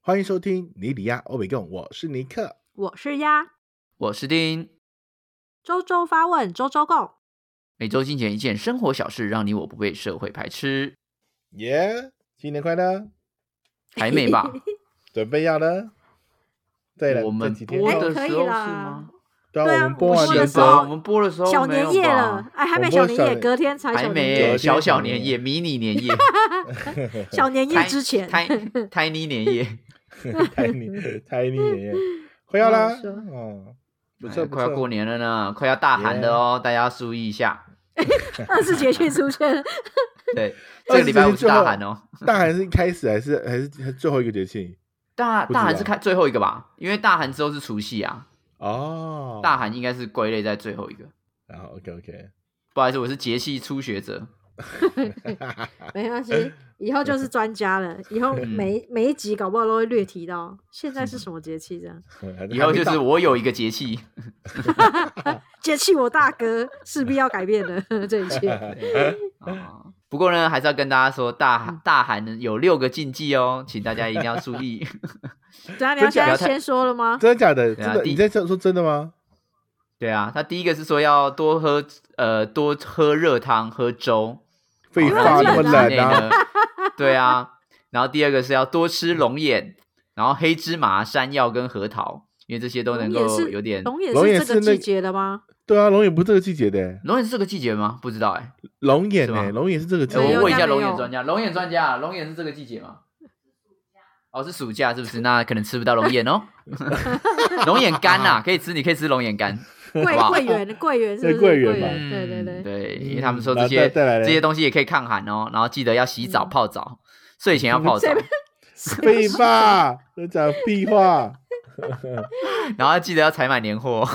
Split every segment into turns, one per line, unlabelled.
欢迎收听尼里亚欧美共，我是尼克。
我是鸭，
我是丁。
周周发问，周周共。
每周精简一件生活小事，让 你我不被社会排 斥。
耶、新年快乐！
还没吧？
准备要了？对了，
我们
这几天
播
哎
的
可以
时候是
啦
吗？
对
对
啊，
啊
我们播
我
完
们
的
的
时
时
候
候
我们播的时候
小
没
年
有
夜
吧
了，哎，还
我
没
不
小
会
年
算
夜，
你
隔天才
还
小年
隔
没
夜。
天
小小
才
年
有
夜、迷你年 夜、
小年夜
开
之前，
tiny tiny 年夜，
，tiny tiny 爷爷快要啦
我说，
哦，不
哎
错不
快要过
错，
年了呢，快要大寒了哦，大家要注意一 下。
二十节气 出现，
对，这个礼拜五是大寒哦，
大寒是一开始还是还是还是最后一个节气？
大
不知道
大
啊
寒是看最后一个吧，因为大寒之后是除夕啊，
哦，
大寒应该是归类在最后一个。
然后 OK OK，
不好意思，我是节气初学者，
没关系，以后
嗯
就是专家了。以后每每一集搞不好都会略提到现在是什么节气这样。
以后就是我有一个节气，
节气我大 哥势必要改变的这一切。
啊，
哦
不过呢，还是要跟大家说，大
嗯
寒大寒呢有六个禁忌哦，请大家一定要注意。
等下你要
真假
现在
不要太
先说了吗？
真的假的？
对
真
啊
的？
第哦
你在说说真的吗？
对啊，他第一个是说要多喝呃多喝热汤、喝粥，哦
废
好
话，
让
那么
自己体
冷
内
啊！
呢。对啊，然后第二个是要多吃龙眼，然后黑芝麻、山药跟核桃，因为这些都能
龙眼
够
是
有点。
龙眼
龙眼
是这
是
个
那
季节的吗？
对啊，龙眼不是这个季节的，
龙眼是这个季节吗？不知道哎、
龙眼
是吗哦
呢？龙眼是这个季
没
节
有
我
的。
问一
应
下
该
龙
没
眼
有
专家，龙眼专家，啊龙眼是这个季节吗？哦，是暑假是不是？那可能吃不到龙眼哦。 龙眼干呐、可以吃，你可以吃龙眼干。
桂
哇
桂圆，桂圆是不是？
对桂
桂
圆吧
圆，对对对。
对，
嗯
因为他们说
然
这
后
些
再再来嘞
这些东西也可以抗寒哦，然后记得要洗澡、
嗯
泡澡，睡前要泡澡
这，
废话，都讲屁话，
然后记得要采买年货。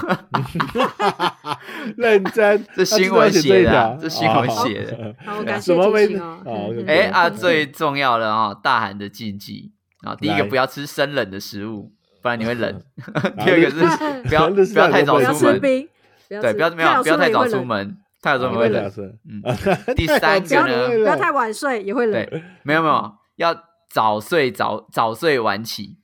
认真。
这
他
新
知道
闻
写
写
一
的啊
条，
这新闻
哦
写的。
好，我感谢
什么
提
味
醒
道
哦。
哦
嗯
哎
对
啊，
对
最重要的哈，大寒的禁忌啊，第一
来
个不要吃生冷的食物，不然你会 冷。
然后
第二个
就是
不要
生冷食
不要
物
太
也不
早
不要
能
出
吃
门，
冰，
对，不要没有不要太早出，门，太早出门会
会
冷
冷。是
嗯， 第
第
三
不
这
要
个呢
不要太晚睡也会冷。
对，没有没有，要早睡早早睡晚起。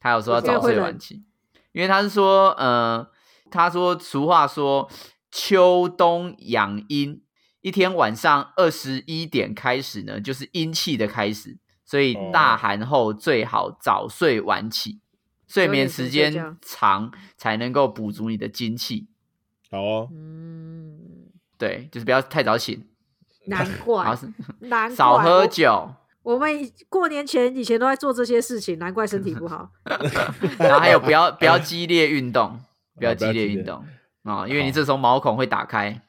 他有说要
因为
早
会
睡
冷
晚起，因为他是说，呃，他说俗话说秋冬养阴，一天晚上二十一点开始呢，就是阴气的开始，所以
哦
大寒后最好早睡晚起，睡
九
眠
点
时
睡觉
间长才能够补足你的精气。
好哦，
嗯，
对，就是不要太早醒，
难
然
怪
后，是
难怪
少喝
我。
酒，
我们以过年前以前都在做这些事情，难怪身体不 好。
然后还有不要不要激烈运动，不要
不
激
要
烈
激烈
运动啊、因为你
好
这时候毛孔会打开，
然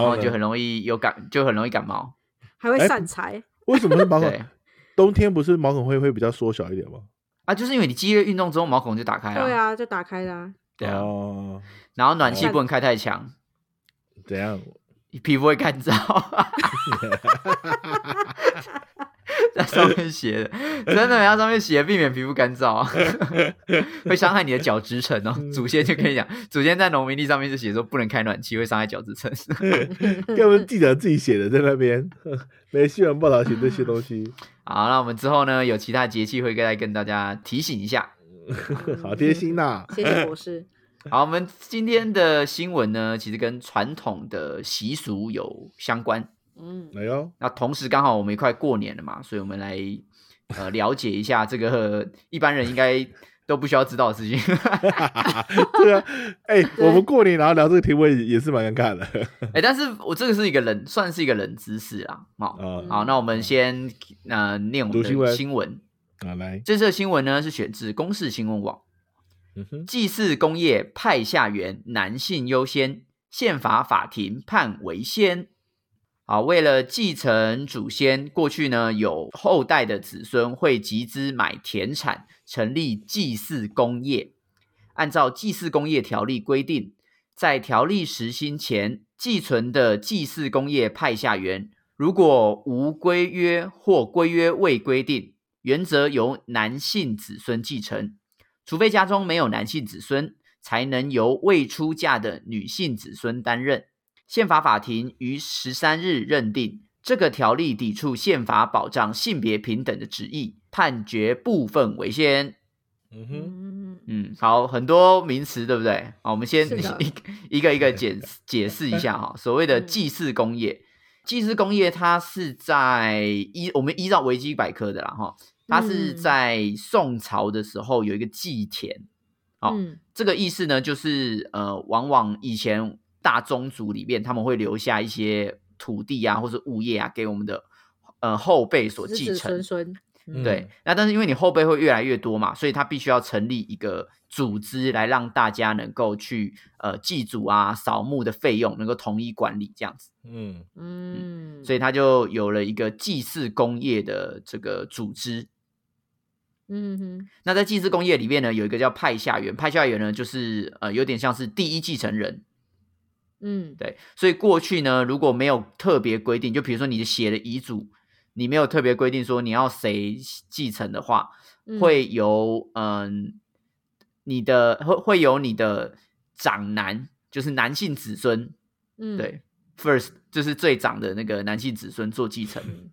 然后
后
就很
呢？
容易有感，就很容易感冒。
还会
哎
散财，
为什么是毛
对
孔？冬天不是毛孔会会比较缩小一点吗？
啊，就是因为你激烈运动之后毛孔就打开了，
对啊，就打开 啦。
对啊
哦，
然后暖气不能开太强，
怎样？
皮肤会干燥。在上面写的，真的，它上面写避免皮肤干燥啊，会伤害你的角质层哦。祖先就跟你讲，祖先在农民历上面就写说不能开暖气，会伤害角质层。
根本记者自己写的在那边，没新闻报道写这些东西，
好，那我们之后呢，有其他节气会再跟大家提醒一下。
好贴心呐！
嗯谢谢 博士。
好，我们今天的新闻呢，其实跟传统的习俗有相关。
嗯，
哎呦，
那同时刚好我们也快过年了嘛，所以我们来呃了解一下这个一般人应该都不需要知道的事情。
对啊，哎，我们过年然后聊这个题目也也是蛮尴尬的
哎、但是我这个是一个冷，算是一个冷知识啦。好、
啊。
好，那我们先呃念我们
读新闻
的新闻。
好来，
这次的新闻呢是选自公视新闻网。
嗯哼，
祭祀工业派下员男性优先，宪法法庭判为先。啊，为了继承祖先，过去呢有后代的子孙会集资买田产，成立祭祀工业。按照祭祀工业条例规定，在条例实行前，寄存的祭祀工业派下员，如果无规约或规约未规定，原则由男性子孙继承。除非家中没有男性子孙，才能由未出嫁的女性子孙担任。宪法法庭于十三日认定，这个条例抵触宪法保障性别平等的旨意，判决部分违宪。
嗯哼，
嗯，
嗯，好，很多名词对不对？好，我们先
是的
一个一个一个解解释一下哈。所谓的
嗯
祭祀工业，祭祀工业它是在依我们依照维基百科的啦哈，它是
嗯
在宋朝的时候有一个祭田，好
嗯
这个意思呢，就是呃，往往以前大宗族里面他们会留下一些土地啊，或是物业啊，给我们的呃后辈所
子
继
子
承
孙。孙，嗯
对，那但是因为你后辈会越来越多嘛，所以他必须要成立一个组织来让大家能够去呃祭祖啊、扫墓的费用能够统一管理这样子，
嗯
嗯，
所以他就有了一个祭祀工业的这个组织。
嗯哼，
那在祭祀工业里面呢，有一个叫派下员，派下员呢就是呃有点像是第一继承人，
嗯
对，所以过去呢，如果没有特别规定，就比如说你写的遗嘱，你没有特别规定说你要谁继承的话，
嗯
会由嗯、你的会会由你的长男，就是男性子孙，
嗯
对、f i r s t 就是最长的那个男性子孙做继承。
嗯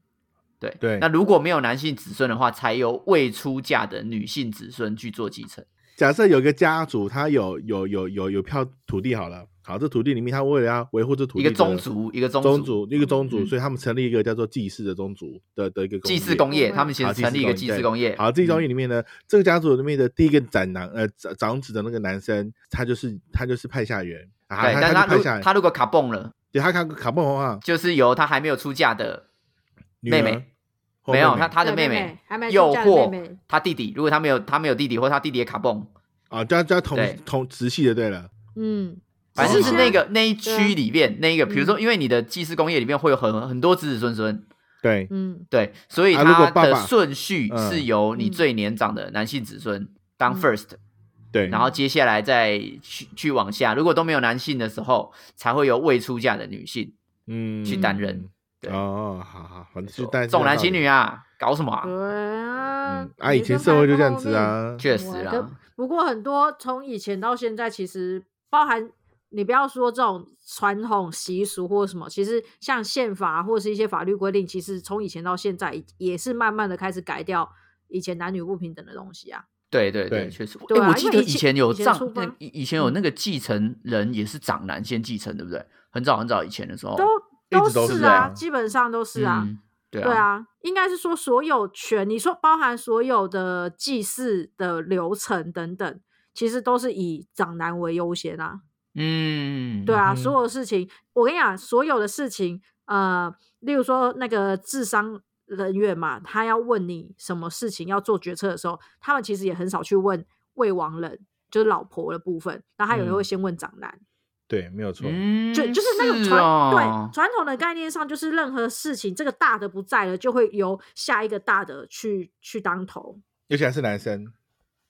对
对
那如果没有男性子孙的话，才由未出嫁的女性子孙去做继承。
假设有一个家族，他有有有有有票土地好了，好，这土地里面他为了要维护这土
一
地
个
的
宗族，一个宗
宗族一个宗族，
嗯
所以他们成立一个叫做祭祀的宗族的的一个
祭祀
工
工
业。
业，
嗯
他们其实
好
成立一个祭祀工业。
好，这
嗯
一宗义里面呢，这个家族里面的第一个长男呃长长子的那个男生，他就是他就是派下员啊，
对，但
他
如
就派下
他如果卡蹦了，
对他看卡布红啊，
就是由他还没有出嫁的
女
妹
儿
妹，
或
没有他
妹妹
他的
对
妹
妹妹还没
诱
出嫁的妹
惑
妹
他弟弟，如果他没有他没有弟弟或他弟弟也卡蹦，
啊，就要就要同
对
同直系的，对了，
嗯，
反正
只
就是
现在
那个那一区里面那一个，
嗯
比如说因为你的祭祀工业里面会有很很多子子孙孙，
对，
嗯
对，所以
啊如果
他
爸
的
爸
顺序
嗯
是由你
嗯
最年长的男性子孙当
嗯
first，
对，
然后接下来再去去往下，如果都没有男性的时候，才会由未出嫁的女性
嗯
去担任。对
哦，好好，反正就
做
担任
重男
到
轻
底
女。啊，搞什么啊？
对啊
嗯，啊，以前社会就这样子，啊，
确实
我
啦
的，不过很多从以前到现在，其实包含你不要说这种传统习俗或什么，其实像宪法或是一些法律规定，其实从以前到现在也是慢慢的开始改掉以前男女不平等的东西啊。
对对
对
确实。
对
诶
啊
我
因
记
为
得
以
以
前
前有
以前
藏
出，
那
发
以以
嗯
前有那个继承人也是长男先继承，对不对？很早很早以前的时候，
都
一直都
是
是
啊，
啊
基本上都是啊。
嗯，对
对
啊，
啊，应该是说所有权，你说包含所有的祭祀的流程等等，其实都是以长男为优先啊。
嗯，
对啊，
嗯
所有事情，我跟你讲，所有的事情，呃，例如说那个智商人员嘛，他要问你什么事情要做决策的时候，他们其实也很少去问未亡人，就是老婆的部分，然后他有时候会
嗯
先问长男，
对，没有错，
嗯，
就就是那个
是
传、
哦
对传统的概念上，就是任何事情这个大的不在了，就会由下一个大的去去当头。
尤其还是男生，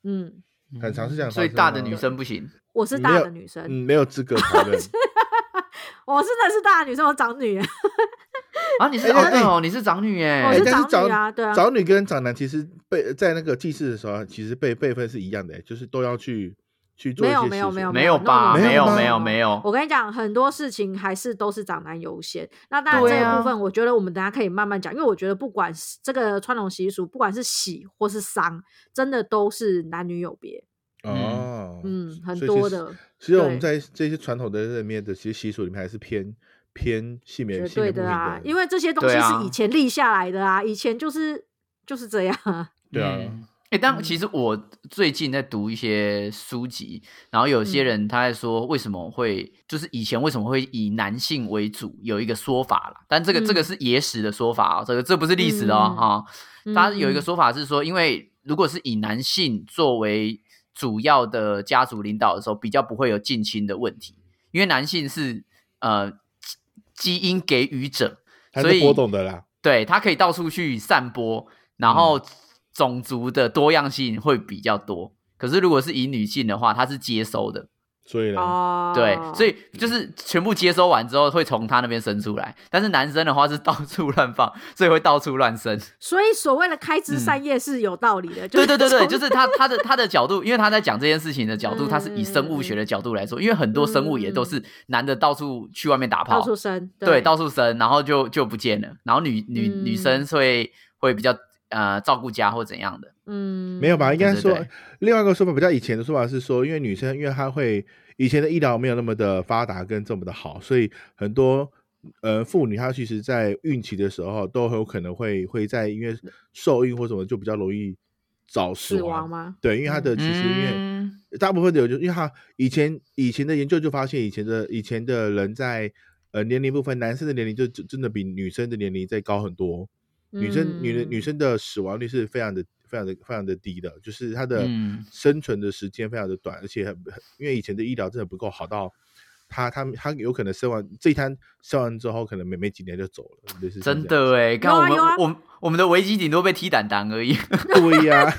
嗯，
很常是这样
所以
发生
大的
啊
女生不 行，
我是
没
大
有
的女生，
嗯，没有资格讨 论。
我真的是大的女生，我长女，
啊，你是
哎
哦
哎
对
哎
哦，你是长女
我
哎
哎
是，
但是
长女
长
啊，对啊，
长女跟长男其实辈在那个祭祀的时候啊，其实辈辈分是一样的、就是都要去去做一
没
些
有
事
没有
情
没有
没有
no，
吧
no，no，
没有
no，no，
没
no，
有
no
没有
我跟你讲，很多事情还是都是长男优先。那当然
对
这
啊
个部分，我觉得我们等一下可以慢慢讲，因为我觉得不管是这个传统习俗，不管是喜或是丧，真的都是男女有别。
哦，
嗯，很
所以其
多
实
的，
其实我们
对
在这些传统的里面的，其实习俗里面还是偏偏性别
绝
性别
对
不平
的啊
等，
因为这些东
对
西
啊
是以前立下来的啊，以前就是就是这样啊。
对啊
嗯哎、但其实我最近在读一些书籍，然后有些
嗯
人他在说为什么会，就是以前为什么会以男性为主，有一个说法啦。但这个、这个
嗯
是野史的说法啊、这个这不是历史的哦
嗯嗯
啊、他有一个
嗯，
说法是说，因为如果是以男性作为主要的家族领导的时候，比较不会有近亲的问题，因为男性是呃基基因给予者，
还
所以
是波动的啦。
对他可以到处去散播，然
嗯
后种族的多样性会比较多。可是如果是以女性的话，她是接收的，
所以呢，
哦，
对，所以就是全部接收完之后会从他那边生出来，但是男生的话是到处乱放，所以会到处乱生。
所以所谓的开枝
嗯
散叶是有道理的，就
对
是
对对对，
从
就是他他的他的角度，因为他在讲这件事情的角度，
嗯
他是以生物学的角度来说，因为很多生物也都是男的到处去外面打
到
炮，
处生，
对，到处生，然后就就不见了，然后女女、
嗯
女生会会比较呃照顾家或怎样的，
嗯，
没有吧？应该
对
说
对对，
另外一个说法比较以前的说法是说，因为女生因为她会以前的医疗没有那么的发达跟这么的好，所以很多呃妇女她其实在孕期的时候都很有可能会会在因
嗯
为受孕或什么就比较容易早死
死亡吗？
对，因为她的其实因为。
嗯
大部分的有，因为他以前以前的研究就发现，以前的以前的人在呃年龄部分，男生的年龄就就真的比女生的年龄再高很多。女生女的女
嗯
生的死亡率是非常的非常的非常的低的，就是她的
嗯
生存的时间非常的短，而且很很因为以前的医疗真的不够好到。她她她有可能生完这一摊生完之后，可能没没几年就走了，就是像
真
这样
的哎，看
有
我
啊
们、
有啊
我们我们的危机顶多被踢胆胆而已，
对 呀、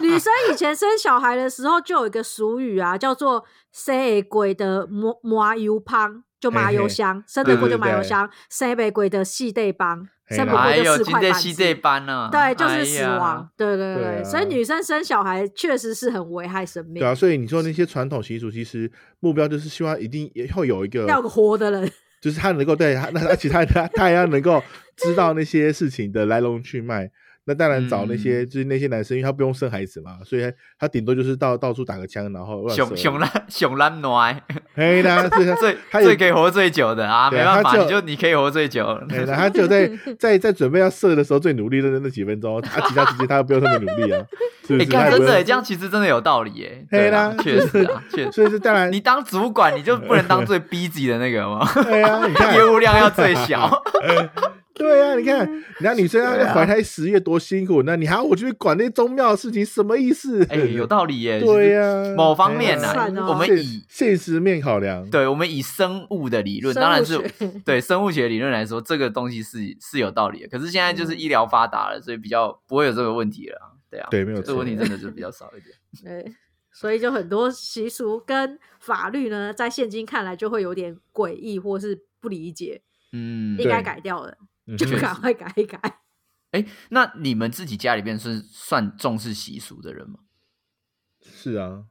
女生以前生小孩的时候，就有一个俗语啊，叫做“生的鬼的麻麻油香”，就麻油香；生的鬼就麻油香，生的鬼的细地帮，
嘿
生
啦
不
我
哎
鬼
呦，
就四
今
块
天
板
吸
子。
这班呢、
对，就
哎
是
呀
死 亡。对对对
对啊
所以女生生小孩确实是很危害生命
对，啊，所以你说那些传统习俗，其实目标就是希望一定也会有一个
要有个活的人。
就是他能够对他，那而且他他他也要能够知道那些事情的来龙去脉。那当然找那些、
嗯
就是那些男生，因为他不用生孩子嘛，所以他他顶多就是到到处打个枪，然后乱
熊
射
熊烂熊烂暖，
嘿 啦，所以他
最
他
最
也
可以活最久的啊，
对
没
啊
办法，
他就
你就你可以活最久。
嘿啦，他只有在在在准备要射的时候最努力的那几 分钟，他其他时间他不用那么努力啊，是不
你
是？他
看，
也不
哎真的欸
用
耶，这样其实真的有道理耶。
嘿
对
啦
啦，确实啊，确 实。
所以是当然
你，当主管，你就不能当最逼自己的那个吗？
对啊，你看
业，务量要最 小。
对啊，你看， 你看女生
对啊
要怀胎十月多辛苦，那你还要我去管那些宗庙的事情，什么意思？
哎，有道理耶。
对
呀，
呀，
某方面啊
呢
哎呀
算哦
我们
现
以
现实面考量，
对，我们以生物的理论，
生
当然
物
是
学
对生物学理论来说，这个东西是是有道理的。可是现在就是
嗯
医疗发达了，所以比较不会有这个问题了啊。对啊，
对没有
这个
错
问题真的是比较少一 点。
对，所以就很多习俗跟法律呢，在现今看来就会有点诡异或是不理解，
嗯，
应该
对
改掉了，
嗯
就
哼
确
赶
实
快改一改。
哎，那你们自己家里边是算重视习俗的人吗？
是啊，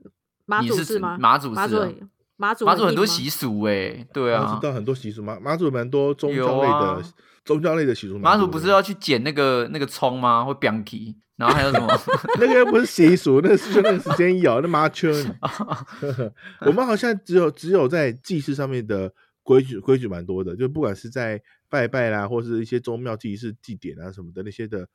马
你
祖
是指
是吗？
马祖
马
是
祖
啊
很马祖
马祖很
硬
多
吗
习俗哎，对
我
啊
知，道很多习俗嘛，妈祖有蛮多宗
有
教类的、
啊
宗教类的习俗蛮多
马
的。
祖不是要去捡那个那个葱吗？会 b a n k y 然后还有 什么？
那个又不是习俗，那是就那个时间有那麻 圈。 我们好像只有只有在祭祀上面的规矩规矩蛮多的，就不管是在拜拜啦，或是一些宗庙祭祀祭典啊什么的那些的，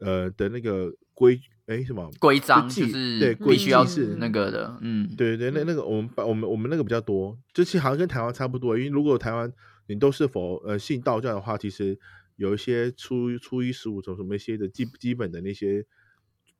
呃的那个规哎什么。
规章
祭
就是
对
必须要
规矩是
那个的，嗯，
对对，那那个我们把我们我们那个比较多，就其实好像跟台湾差不多，因为如果台湾你都是否呃信道教的话，其实有一些初初一十五什么什么一些的基基本的那些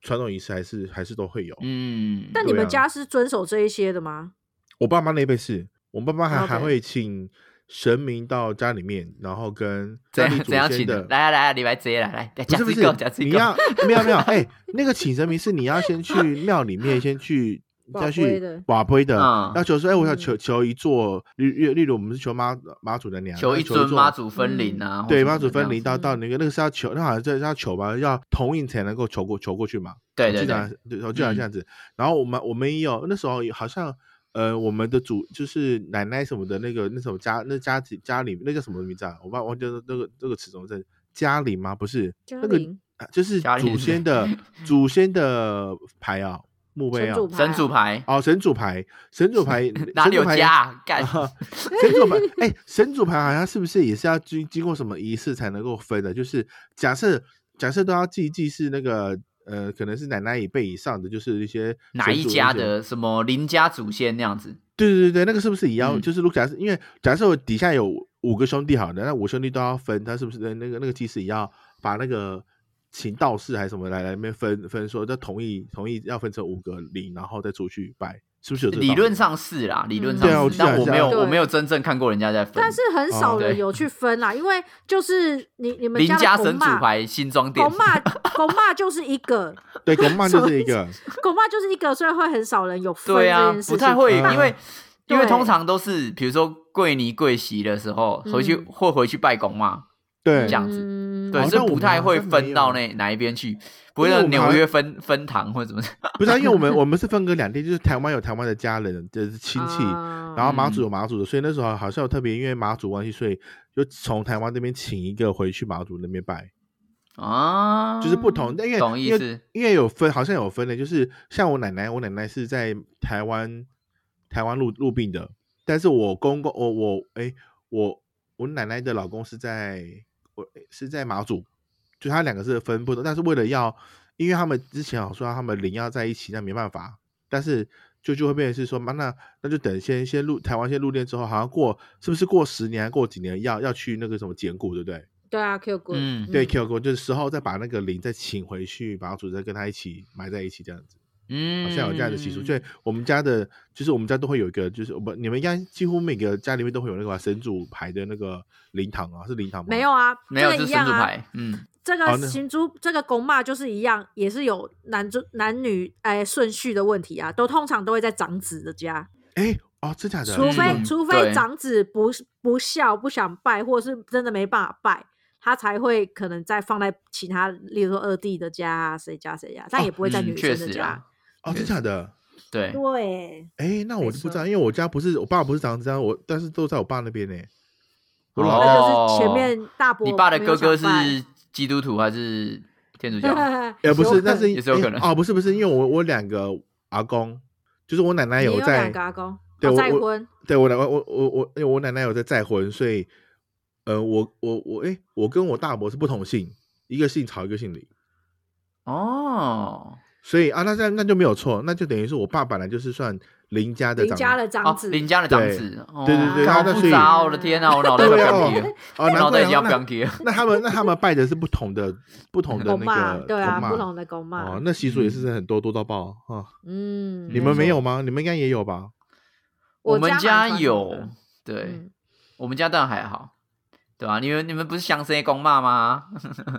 传统仪式还是还是都会有。
嗯，
但你
对
们
啊
家是遵守这一些的吗？
我爸妈那一辈是，我爸妈还
OK
哦
还会请神明到家里面，然后跟
怎
家
样
里祖
怎样请
先
的？
的。
来啊来啊，礼拜直接来来，来
不
讲
是不
这
是
个讲，这
你
个，
要没有没有，哎、那个请神明是你要先去庙里面，先去
瓦
再
杯
去
的
瓦杯的，
嗯
要求说，哎、我想
嗯
求求一座，例例例如我们是求妈妈祖的娘，
求
要
一尊
座嗯
妈祖分灵啊，或
对
什么
妈祖
的这样
分离
子
到到那个那个是要求，那好像是要求吧，要同意才能够求过求过去嘛。
对
我
对
记得好
对
像，是对，我记得好像
嗯
这样子。然后我们我们也有那时候好像呃我们的祖就是奶奶什么的那个那什么家那家庭家里那叫什么名字啊？我忘忘记了那个那个词怎么称？嘉陵吗？不是
嘉
那个
陵
啊就是
嘉陵
祖先的 祖先的牌啊墓碑
神
啊
主牌
神主牌
哦神主牌神主牌
哪
神
里
主
有
牌
家啊干？
啊，神主牌，哎、神主牌好像是不是也是要经经过什么仪式才能够分的？就是假设假设都要祭祭是那个呃，可能是奶奶一辈以上的，就是一些
哪
神
一
主
家
那些？
的什么邻家祖先那样子？
对对对对，那个是不是也要？
嗯
就是如果假设因为假设我底下有五个兄弟好的，那五兄弟都要分，他是不是那那个那个祭司也要把那个请道士还是什么来来那边分分说，要同意同意要分成五个零，然后再出去拜，是不是有这个道理？
理论上是啦，理论
嗯
上
对啊我
是，
记得
但
好
我
像
没有
对
我没有真正看过人家在分。
但是很少
哦
人
对
有去分啦，因为就是你你们
邻家
的
神
公
主
妈，
牌新装店
公，妈公妈就是一个，
对，公曼
什
就
么
是一
意思
个。
公妈就是一个，所以会很少人有 分
对
这
啊
件事，情。
不太会，
嗯
因为因为
对
通常都是比如说跪泥跪席的时候回去
嗯
会回去拜公嘛，
对
这，样子
嗯
对，
好
是
像我
不
们
太
好
会
像没
分到
有
那哪一边去，不会
因为
到
我们好
纽
像
约分分堂或者 怎么的。
不是、啊，因为我们我们是分隔两地，就是台湾有台湾的家人，就是亲戚，
啊
然后马祖有马祖的，所以那时候好像有特别因为马祖关系，所以就从台湾那边请一个回去马祖那边拜，
啊，
就是不同，但因为
懂意
因为
思
因为有分，好像有分的，就是像我奶奶，我奶奶是在台湾台湾入入病的，但是我公公我我哎我我奶奶的老公是在我是在马祖，就他两个是分不同，但是为了要，因为他们之前好像说他们领要在一起，那没办法，但是就就会变成是说，妈那那就等先先入台湾先入殓之后，好像过是不是过十年还过几年要要去那个什么检骨，对不对？
对啊，Q 哥，
嗯
对 Q 哥，就是时候再把那个灵再请回去，把主再跟他一起埋在一起，这样子，
嗯，
好像有这样的习俗。就
嗯
我们家的，就是我们家都会有一个，就是我们你们应该几乎每个家里面都会有那个吧神主牌的那个灵堂啊，是灵堂吗？
没有啊，
没有
这个
这
一
是神
样
主
啊。
牌，嗯，
这
好
个
那
行猪这个公骂就是一样，也是有男主男女哎顺序的问题啊，都通常都会在长子的家，
哎，哦，真假的？
除非、
嗯
除
对
非长子不不孝不想拜，或是真的没办法拜，他才会可能再放在其他，例如说二弟的家啊、谁家谁家，但也不会在
嗯
女
确
生的
实
家。
啊，
哦，真假的？
对，
对，
哎，那我就不知道，
没错
因为我家不是我爸不是长这样，我但是都在我爸那边呢。我老
那就是前
哦
面大伯
你爸的
没有
哥哥
想 拜
是啊基督徒还是天主 教？
哎，不
有
是，但
可
是
也是有
哎
可能
哦，不是不是，因为我我两个阿公，就是我奶奶
你有
在
两个阿公，
对
哦
我
再
我
婚，
对我奶我我我我，因为我奶奶有在再婚，所以呃，我我我，哎、我跟我大伯是不同姓，一个姓曹，一个姓李，
哦，
所以啊，那那那就没有错，那就等于是我爸本来就是算林家的
林
长，
家的
哦
长，子，
林家的长
对
子，哦
对对
对
好
那
复
所以
杂哦，我的天啊，我脑袋要
对啊
崩
哦
裂，
哦，
我
难
脑袋
怪
已经要
那
崩裂了，
那他们那他们拜的是不同的不同的
公
那
骂，
个
对啊，
公
不
骂
同的公骂
哦，，那习俗也是很多多到爆啊！
嗯，
你们没
有，
有吗？你们应该也有 吧？
我
们家
蛮传统
有
的，
对
嗯，
我们家当然还好，对啊吧？你们你们不是相生公骂吗？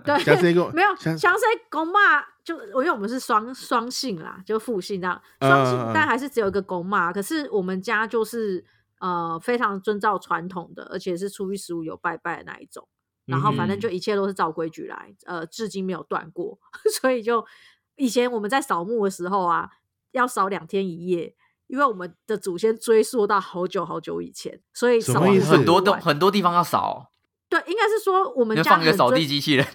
嗯
下次
对，
一个
没有，
下次
香水公骂就因为我们是双双姓啦，就父姓这样，双姓
嗯嗯嗯
但还是只有一个公骂，可是我们家就是呃非常遵照传统的，而且是初一十五有拜拜的那一种。然后反正
嗯
就一切都是照规矩来，呃，至今没有断过， 所以就以前我们在扫墓的时候啊，要扫两天一夜，因为我们的祖先追溯到好久好久以前，所以
什
扫
么
完
意
墓
思
就
很多
不
地
晚
很多地方要扫，
对，应该是说我们
你就
家
放一个
很
扫
尊
地机器人，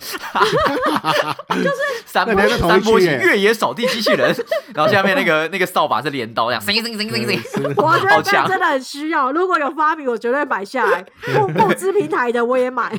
就是山
那
坡
你还在同一
山坡
区
型
耶
越野扫地机器 人，然后下面那个那个扫把是镰刀，这样，声声声声声，
我觉
好
得这
强
真，的很需要，如果有发明，我绝对买 下来。募募资平台的我也买，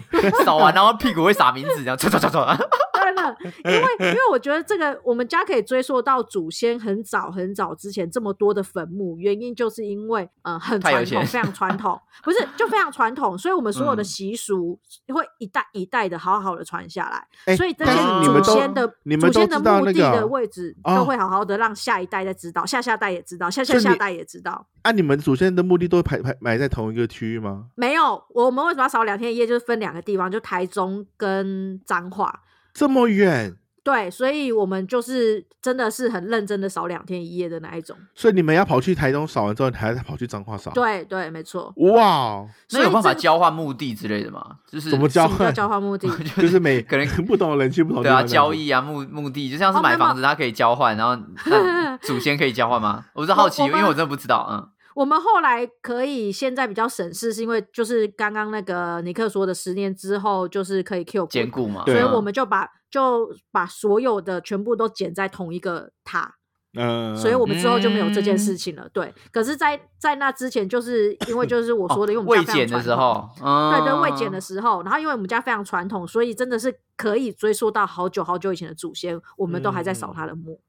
扫完然后屁股会撒名字，这样唰唰唰唰，
真的， 因为因为我觉得这个我们家可以追溯到祖先很早很早之前这么多的坟墓，原因就是因为呃很
太有
传统，
钱
非常传统，不是就非常传统，所以我们所有的
嗯
习俗会一代一代的好好的传下来，
哎
所以这
但
些
是你
祖
们都
先的
你
祖
们都
先
知
的
道
墓
那
地
个
的位置
哦
都会好好的让下一代再知道，下下代也知道，下
所
下
以
下
你
代也知道。
啊，你们祖先的墓地都排排埋在同一个区域吗？
没有，我们为什么要少两天一夜？就是分两个地方，就台中跟彰化。
这么远，
对，所以我们就是真的是很认真的少两天一夜的那一种。
所以你们要跑去台东扫完之后，你还要再跑去彰化扫？，
对对，没错。
哇，
那有办法
所以
交换墓地之类的吗？就是
怎么
这
交
什么叫
换？
交换目的？
就是 每
可能
不同的人去不同地
对啊，
方
交。易啊，墓墓地就像是
哦没
买
有
房子，它可以交换，然后那祖先可以交换吗？我是好奇，
我我
因
们
为我真的不知道，嗯，
我们后来可以现在比较省事，是因为就是刚刚那个尼克说的，十年之后就是可以 Q
兼顾嘛，
对
所以
啊
我们就把就把所有的全部都剪在同一个塔。
嗯，
所以我们之后就没有这件
嗯
事情了。对，可是在，在那之前，就是因为就是我
哦
说的，因为我
未
们家非
检
常
的
传
时
统，
候，嗯，
对对，未检的时候，然后因为我们家非常传统，所以真的是可以追溯到好久好久以前的祖先，我们都还
嗯
在扫他的墓。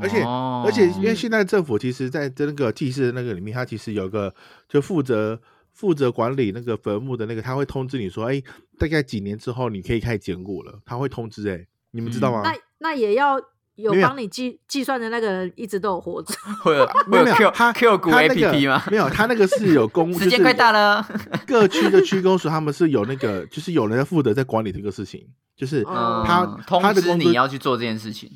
而且
哦
而且因为
嗯
现在政府其实在这那个祭祀的那个里面，它其实有个就负责负责管理那个坟墓的那个，他会通知你说，哎，大概几年之后你可以开始捡骨了，他会通知，哎，你们知道吗？
嗯
那那也要有
没有
帮你计计算的那个人一直都有活着，
会有会
没有
有
没
Q
有，他
Q 股
他那个
APP 吗？
没有，他那个是有 公，
时间快到
了。
了，
各区的区公所他们是有那个，就是有人在负责在管理这个事情，就是
哦
他
嗯通
他的
知
工
你
作
要去做这件事情，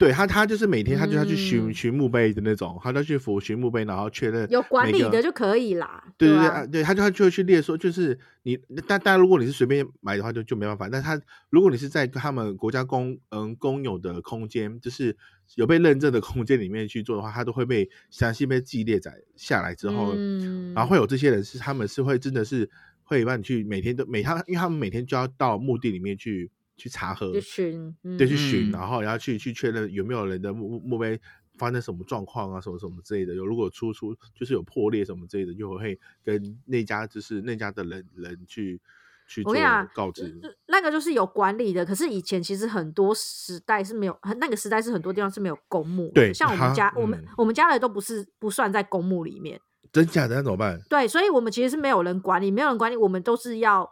对他，他就是每天他就要去
嗯
巡巡墓碑的那种，他就去服巡墓碑，然后确认
有管
每
理
个
的就可以啦。
对对对，
吧
啊对，他就他就会去列说，就是你，但但如果你是随便买的话就，就没办法。但他如果你是在他们国家公嗯公有的空间，就是有被认证的空间里面去做的话，它都会被详细被记列载下来之后，
嗯、
然后会有这些人是他们是会真的是会帮你去每天都每他，因为他们每天就要到墓地里面去去查核，
去巡，嗯、
对，去
嗯
巡，然后要去去确认有没有人的墓墓墓碑发生什么状况啊，什么什么之类的。有如果出出就是有破裂什么之类的，就会跟那家就是那家的人人去去做
我跟你讲啊
告知。
那个就是有管理的，可是以前其实很多时代是没有，很那个时代是很多地方是没有公墓的，
对
像我们
哈
家，我们
嗯
我们家的都不是不算在公墓里面，
真假的那怎么办？
对，所以我们其实是没有人管理，没有人管理，我们都是要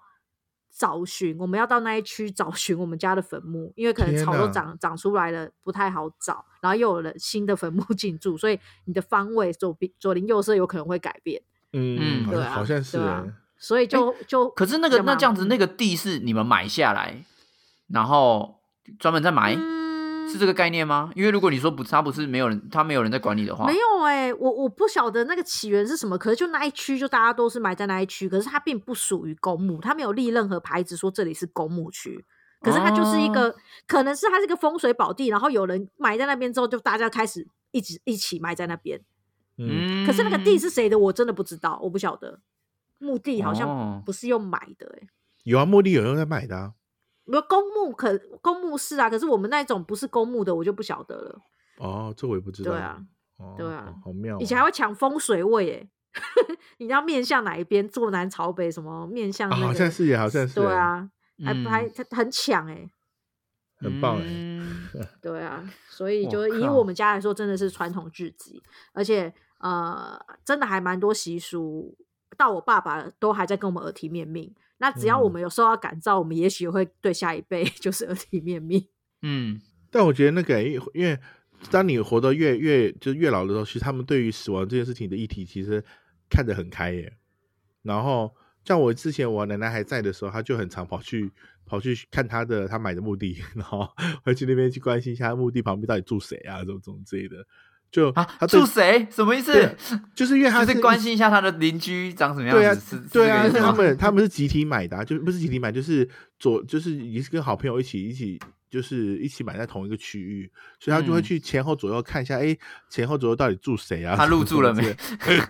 找寻，我们要到那一区找寻我们家的坟墓，因为可能
天
草都
哪
长长出来了，不太好找，然后又有了新的坟墓 进驻，所以你的方位左边左邻右舍有可能会改变，
嗯
嗯，好
对
像、
啊
好像是、欸
对啊所以就、就
可是那
比
个
较
那
麻
这样子，
烦
那个地是你们买下来，然后专门再买，
嗯
是这个概念吗？因为如果你说不，他不是没有人，他没有人在管理的话，
没有哎、我我不晓得那个起源是什么，可是就那一区就大家都是埋在那一区，可是它并不属于公墓，它没有立任何牌子说这里是公墓区。可是它就是一
哦
个，可能是它是一个风水宝地，然后有人埋在那边之后，就大家开始一直一起埋在那边。
嗯，
嗯，
可是那个地是谁的，我真的不知道，我不晓得。墓地好
哦
像不是用买的、欸，哎、
有啊，墓地有人在买的、啊。
比如公墓可公墓是啊，可是我们那种不是公墓的，我就不晓得了。
哦，这我也不知道。
对啊，
哦、
对啊
好好妙、哦。
以前还会抢风水位耶， 你知道面向哪一边，坐南朝北，什么面向、
啊
那个
好像是耶，好像是耶
对，啊，还
嗯
还他很抢哎，
很棒哎、
嗯
对啊，所以
我
就以
靠
我们家来说，真的是传统至极，而且呃，真的还蛮多习俗，到我爸爸都还在跟我们耳提面命。那只要我
嗯
们有受到感召，我们也许会对下一辈 就是耳提面命。
嗯，
但我觉得那个，因为因为当你活得越越就是越老的时候，其实他们对于死亡这件事情的议题，其实看得很开耶。然后像我之前我奶奶还在的时候，她就很常跑去跑去看她的她买的墓地，然后会去那边去关心一下墓地旁边到底住谁啊，什么什么之类的。就
啊，
她对
住谁？什么意思？
对啊就是因为她
就是是
一
关心一下他的邻居长什么样
对啊
子，是是
对
这
啊，
个意
因
思
为
吗
他们他们是集体买的、啊，就不是集体买，就是左就是也是跟好朋友一起一起就是一起买在同一个区域，所以他就会
嗯
去前后左右看一下，哎、前后左右到底住谁啊？
他入住了没？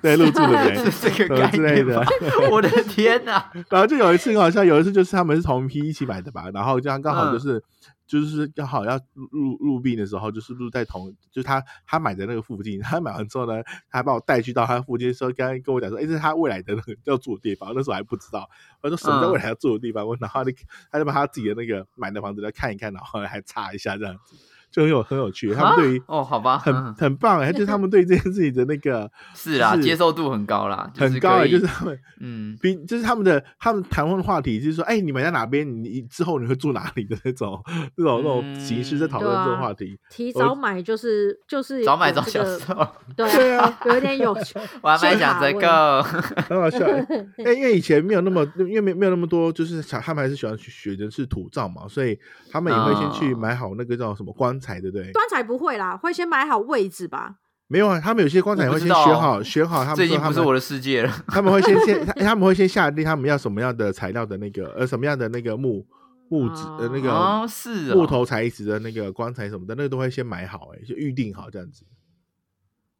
对，入住了没？
是这个
什么
概
之类
念
的啊
吧？我的天哪、
然后就有一次很好笑，有一次就是他们是同一批一起买的吧，然后这样刚
嗯
好就是、就是刚好要入入病的时候，就是入在同就是他他买的那个附近，他买完之后呢，他还把我带去到他附近的时候，刚刚跟我讲说，哎、这是他未来的那个要住的地方，那时候还不知道，我说什么叫
嗯
未来要住的地方，我然后他就他就把他自己的那个买的房子再看一看，然后还查一下这样子，就很有很有趣，他们对于
啊。哦，好吧，
很
嗯
很棒哎、就是他们对这件事情的那个
是啦，
就是
接受度很高啦，就是
很高哎、
可以
就是他们
嗯，
比就是他们的他们谈论话题，就是说，哎、你们在哪边？你之后你会住哪里的那种、那种、那种形式在
嗯
讨论
对啊
这种话题。
提
我
早买就是就是
早买
有
早
这
享
个
受，
对
对
啊
啊，
有一点有趣。
晚买
先
享
卡
折
位
扣。
很好笑、 哎，因为以前没有那么，因为没没有那么多，就是想他们还是喜欢去选的是土葬嘛，所以他们也会先去
哦
买好那个叫什么棺材，对不对？
棺材不会啦，会先买好位置吧。
没有啊，他们有些棺材
我
会
不
先
知道
选好，选好他
这
们
已
说
经
他
不
们
是我的世界了。
他们会先先他他们会先下定他们要什么样的材料的那个呃什么样的那个木木质呃那个
哦，是哦
木头材质的那个棺材什么的，那个都会先买好、欸，哎，就预定好这样子，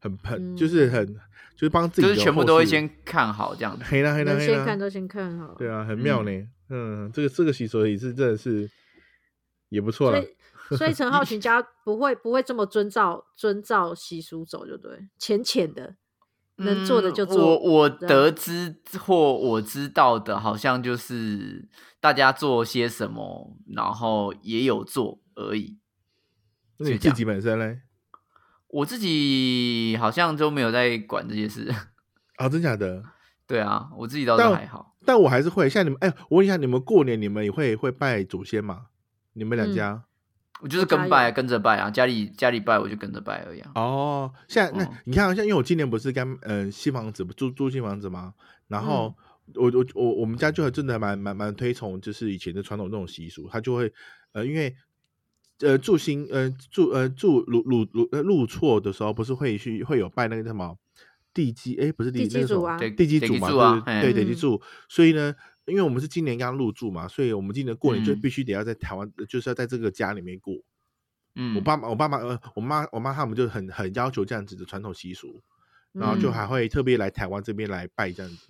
很很、就是
嗯
很就是帮自己
就
的
是全部都会
后续
先看好这样子。
黑啦黑啦
能
黑
先看
啦，
就先看好。
对啊，很妙呢、嗯，这个这个习俗也是真的是也不错
所
了，
以所以陈浩群家不会不会这么遵照遵照习俗走，就对，浅浅的，能做的就做。
嗯我我
这样
得知或我知道的，好像就是大家做些什么，然后也有做而已。
那
就
你
这
自
样
己本身嘞？
我自己好像都没有在管这些事。
啊，真假的？
对啊，我自己倒是
但
还好。
但我还是会像你们，哎、我问一下，你们过年你们也会会拜祖先吗？你们两
嗯
家、
我就是
我家
跟拜啊，
有
跟着拜啊，家里家里拜我就跟着拜而已啊。
哦，现在那、
嗯
你看，像因为我今年不是刚嗯、呃、新房子不租租新房子吗？然后、我我我我们家就真的蛮蛮蛮推崇就是以前的传统那种习俗，他就会呃因为呃祝新呃祝呃祝鲁鲁鲁呃入错的时候，不是会去会有拜那个叫什么地基？哎，不是地
地
基那
基
个什
主
么
啊，
对
地基
地
主
基
嘛，
主啊
对
嘿
对对地
嗯
基主。所以呢，因为我们是今年刚入住嘛，所以我们今年过年就
嗯
必须得要在台湾，呃就是要在这个家里面过。
嗯，
我爸妈、我爸妈、呃，我妈、我妈他们就很很要求这样子的传统习俗，然后就
嗯
还会特别来台湾这边来拜这样子。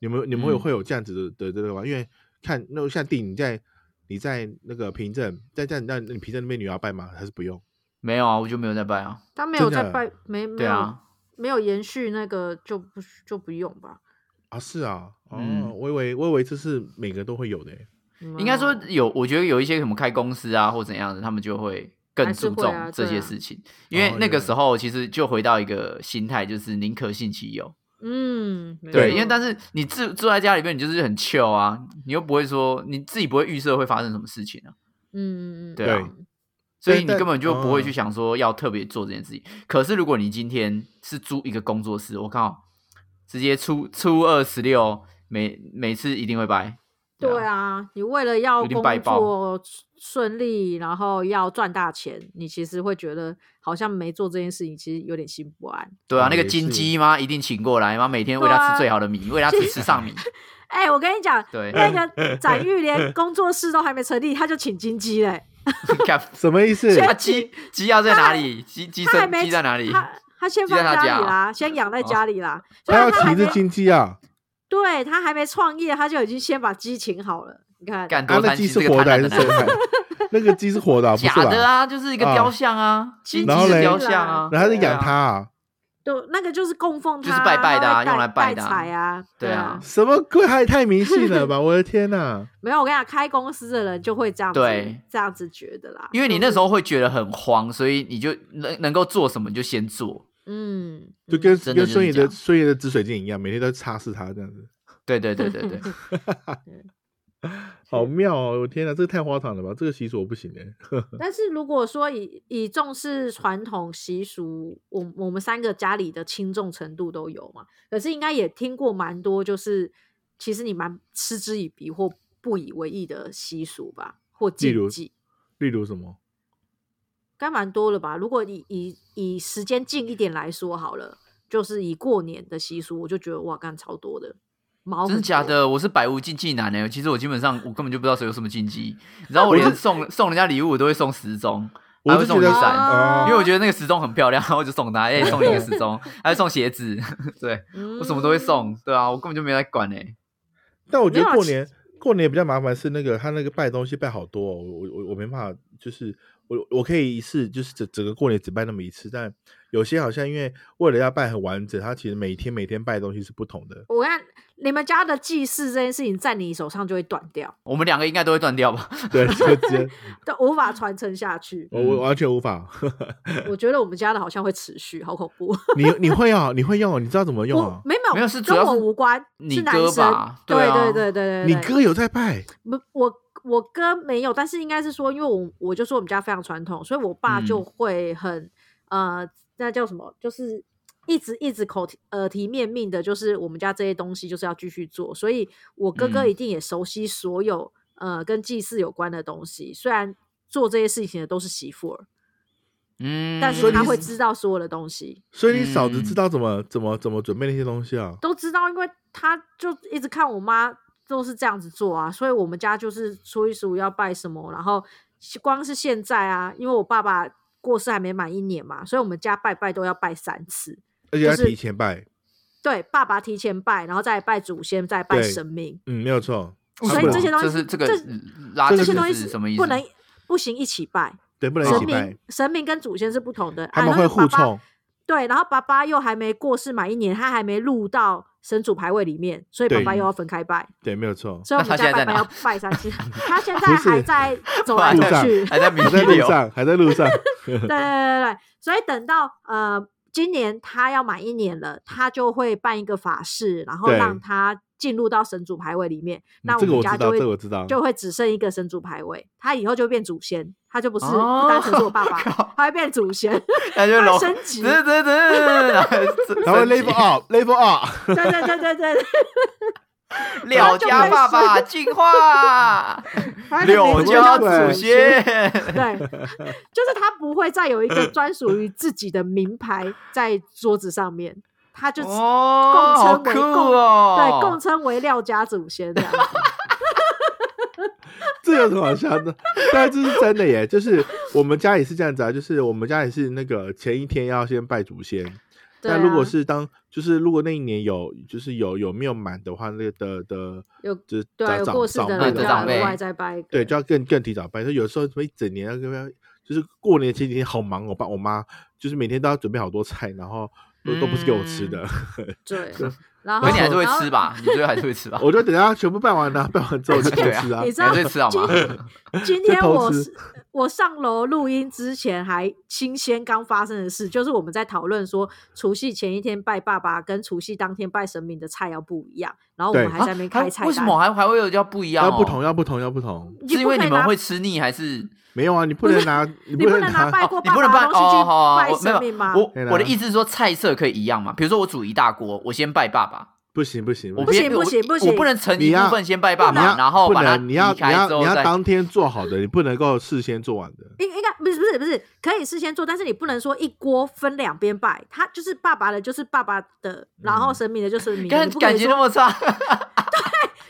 你们你们会有
嗯
会有这样子的的这个吗？因为看那像弟你在你在那个凭证，在在那你凭证那边你要拜吗？还是不用？
没有啊，我就没有在拜啊。
他没有
真的
在拜，没没
对
有、
啊，
没有延续那个就不就不用吧。
啊，是啊，哦，
嗯
我以为我以为这是每个都会有的欸、
应该说
嗯
有，我觉得有一些什么开公司啊或怎样的，他们就会更
还是
注
会啊
重这
对
些
啊
事情，因为
哦
那个
有
时候其实就回到一个心态，就是宁可信其有。
嗯，没
对，
错
因为但是你自住在家里面，你就是很 chill 啊，你又不会说你自己不会预设会发生什么事情啊，
嗯嗯嗯
对啊
对
所以
对
你
但
根本就不会去
嗯
想说要特别做这件事情。可是如果你今天是租一个工作室，我靠，直接初初二十六每每次一定会掰。
对，啊，你为了要
有点
工
拜报
作顺利，然后要赚大钱，你其实会觉得好像没做这件事情，其实有点心不安。
对啊
哦，
那个
也
金
是
鸡妈一定请过来，妈每天喂
对
他
啊
吃最好的米，喂他吃吃上 米。
哎、我跟你讲，
对，
那个展玉连工作室都还没成立，他就请金鸡嘞、
看
什么意思？
啊鸡鸡要在哪里？鸡鸡
他还
生
没
鸡在哪里？
他他先
鸡
放
在他
家里
家哦
啦，先养在家里啦。所以
他要
还
骑
没
着金鸡啊？
对他还没创业，他就已经先把鸡请好了。你看，
干
啊
多，
那
贪
鸡
心
是
这个
活的还
贪婪
是
的
生
男
的
人。？
那个鸡是活的、啊，不是
假
吧？
的啊，就是一个
啊
雕像啊，金
然
鸡
后
的
嘞
雕像啊，
然后他
对
在养
啊
它啊？
对，那个就是供奉
就
他
是
啊，
拜拜的
他
啊
会
用来拜
带
的啊
财啊，
对啊
啊。
什么鬼？太太迷信了 吧！我的天哪、
没有，我跟你讲，开公司的人就会这样子，
对
这样子觉得啦。
因为你那时
候，
候会觉得很慌，所以你就能能够做什么你就先做。
嗯，
就跟
嗯
真的
跟
就是
孙野
这
的
样
孙野的紫水晶一样，每天都擦拭它这样子，
对对对 对对，
好妙哦！我天哪，这个太荒唐了吧！这个习俗我不行哎。
但是如果说以以重视传统习俗，我我们三个家里的轻重程度都有嘛。可是应该也听过蛮多，就是其实你蛮嗤之以鼻或不以为意的习俗吧，或禁
如
忌，
例如什么？
该蛮多了吧？如果以以以时间近一点来说好了，就是以过年的习俗，我就觉得哇，干超多的，毛
真的
很
假
多？
的？我是百无禁忌男呢、欸其实我基本上我根本就不知道谁有什么禁忌，你知道我
我是
连送送人家礼物我都会送时钟，还
我
会
就
送
觉
雨
得哦
伞，
啊
因为我觉得那个时钟很漂亮，然 后我就送他，哎、送你一个时钟，还会送鞋子，对我什么都
嗯
会送，对啊，我根本就没在管哎、
但我觉
没
得
有啊
过
其
年过年比较麻烦是那个他那个拜东西拜好多、哦，我我我没办法，就是我我可以一次就是整整个过年只拜那么一次，但有些好像因为为了要拜很完整，他其实每天每天拜的东西是不同的。
我看你们家的祭祀这件事情，在你手上就会断掉，
我们两个应该都会断掉吧？
对，就直接。
都无法传承下去
我
嗯
我完全无法。
我觉得我们家的好像会持续，好恐怖。
你你会啊、你会用、哦，你知道怎么用
我
啊、
没有
没有是主
跟
要
我
是
无关，
你
是男
哥
生
吧
对
对啊
对对对对，
你
对
哥有在拜？
不，我我哥没有，但是应该是说，因为我我就说我们家非常传统，所以我爸
嗯
就会很、呃，那叫什么，就是一直一直口提呃提面命的，就是我们家这些东西就是要继续做，所以我哥哥
嗯
一定也熟悉所有、呃跟祭祀有关的东西，虽然做这些事情的都是媳妇儿，
嗯，
但
所
是
以
他
你
会
是
知道所有的东西，
所以你嫂子
嗯
知道怎么、怎么怎么准备那些东西啊？
都知道，因为他就一直看我妈都是这样子做啊，所以我们家就是初一十五要拜什么，然后光是现在啊，因为我爸爸过世还没满一年嘛，所以我们家拜拜都要拜三次。
而且要
就是
提前拜，
对，爸爸提前拜，然后再拜祖先，再拜
对
神明，
嗯，没有错。
为
所
什
以
么
这些东西
就是这个
这
拉
这
这
个
些
是
东西
是什么意思？
不能不行一起拜，
对，不能一
神
起拜
明，神明跟祖先是不同的，
他
啊
们
然后
会互
爸爸
冲。
对，然后爸爸又还没过世满一年，他还没入到神主牌位里面，所以爸
对
爸又要分开拜。
对，没有错。
所以我
那
们
他
家
现在在
拜拜
哪
要拜三 次，他现在
哦不是
还在走来
路
走
上
去，对
还在迷
还在路
流，
上，还在路上。
对对对对，所以等到呃今年他要满一年了，他就会办一个法事，然后
对嗯
让他进入到神主牌位里面， 那
这个
们
我
家
知
就
道，
会
这个我知道。
就会只剩一个神主牌位，他以后就变祖先，他就不是
哦
不单纯是我爸爸，
靠
他会变祖先，
那就
他
楼
会升级，
对对对，然后
然后
升级
level up，level up，
对对对对对，
廖家爸爸进化，
他就
柳
没有
家
叫
祖先。
对，就是他不会再有一个专属于自己的名牌在桌子上面，他就、
哦，好酷
共称为共对共
哦！
称为廖家祖先这样子。
这有什么好笑的？但这是真的耶，就是我们家也是这样子啊，就是我们家也是那个前一天要先拜祖先，
对啊
但如果是当就是如果那一年有就是有有没有满的话，那个的的
有
就是
对
长
啊，有
长
过世的
长
人
辈
就
的
要
长
长
辈
额外再拜一个，
对，就要更更提早拜。所以有时候什么一整年要跟他，就是过年前几天好忙哦，我爸我妈就是每天都要准备好多菜，然后都都不是给我吃的，
对。然后
可是你还是会
然后
吃吧？你最后还是会吃吧？
我就等他全部办完了，办完之后就去
对啊
吃啊
你。知道
还是会吃好吗？
今
就
天
偷
我
吃
是我上楼录音之前还新鲜刚发生的事，就是我们在讨论说除夕前一天拜爸爸跟除夕当天拜神明的菜要不一样，然后我们
对
还在那边
还
开菜单，
啊为什么还还会有叫不一样、
要
哦？
不同，要不同，要不同。
你
是因
不
为
可
你
以拿
们会吃腻还是？
没有啊，你不 能拿，你
你
不
不
能
能拿拜过
你
爸
不能拜
爸的
哦，好啊，
东
我
西去
没有
拜神明吗？
我
对啦
我的意思是说菜色可以一样嘛？比如说我煮一大锅，我先拜爸爸，
不行不行，
我
行
别
不行
我
不行
我不能成
你
一
要
部分先拜爸
你
爸，
要
然后
不
把它
能，你要
离
你要
开之
你
后
要
再。
当天做好的，你不能够事先做完的。
应应该不是不是不是，可以事先做，但是你不能说一锅分两边拜，他就是爸爸的，就是爸爸的，然后神明的就是神明
嗯
的，
感
你不可
感
以
觉那
说
么差，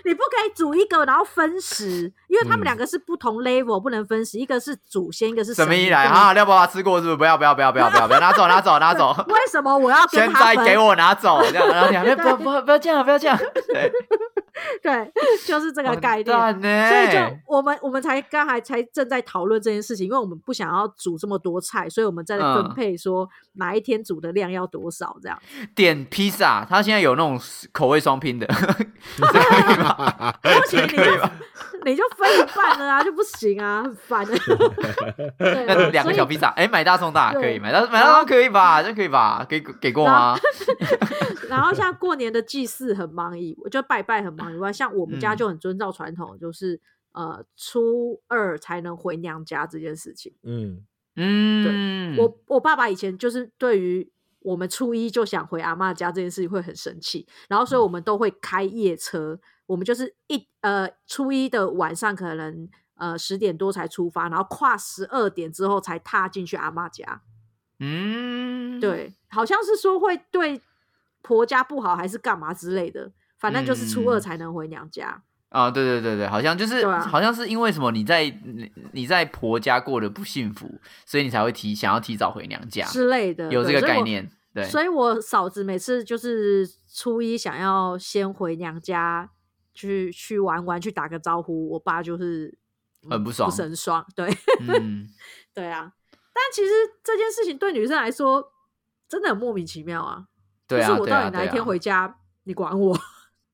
你不可以煮一个然后分食，因为他们
嗯
两个是不同 level，不能分食，一个是祖先，一个是
什
神
么
明
一来
不能
啊？廖爸爸吃过是不是？不要不要不要不要不要不要，拿走拿走拿走，
为什么我要跟
现
他
在
分？
给我拿走，这样然后你还不要不要不要这样不要这样，对，
对，就是这个概念。
完蛋欸呢，
所以就我们我们才刚才才正在讨论这件事情，因为我们不想要煮这么多菜，所以我们在
嗯
分配说哪一天煮的量要多少这样。
点披萨，它现在有那种口味双拼的，
不行，你就你就分一半了啊，就 不行啊，很 烦的。对啊
那两个小披萨，哎，买大送大
对
可以，买大买大送可以吧？这可以吧？给给过吗？
然后像过年的祭祀很忙以，就拜拜很忙以外，像我们家
嗯
就很遵照传统，就是呃初二才能回娘家这件事情。
嗯，
嗯，
我我爸爸以前就是对于我们初一就想回阿嬷家这件事情会很生气，然后所以
嗯
我们都会开夜车，我们就是一呃初一的晚上可能呃十点多才出发，然后跨十二点之后才踏进去阿嬷家。
嗯，
对，好像是说会对婆家不好还是干嘛之类的，反正就是初二
嗯
才能回娘家。
啊，对对对对，好像就是、
对啊
好像是因为什么你在你你在婆家过得不幸福，所以你才会提想要提早回娘家，
之类的，
有这
对
个
所以
概
我
念。对，
所以我嫂子每次就是初一想要先回娘家去去玩玩，去打个招呼，我爸就是嗯
很不爽
不是很爽。 对
嗯，
对啊，但其实这件事情对女生来说真的很莫名其妙啊。
对啊，
就是我
对
到
啊，
底哪一
对
天
啊。
回家，你 管我？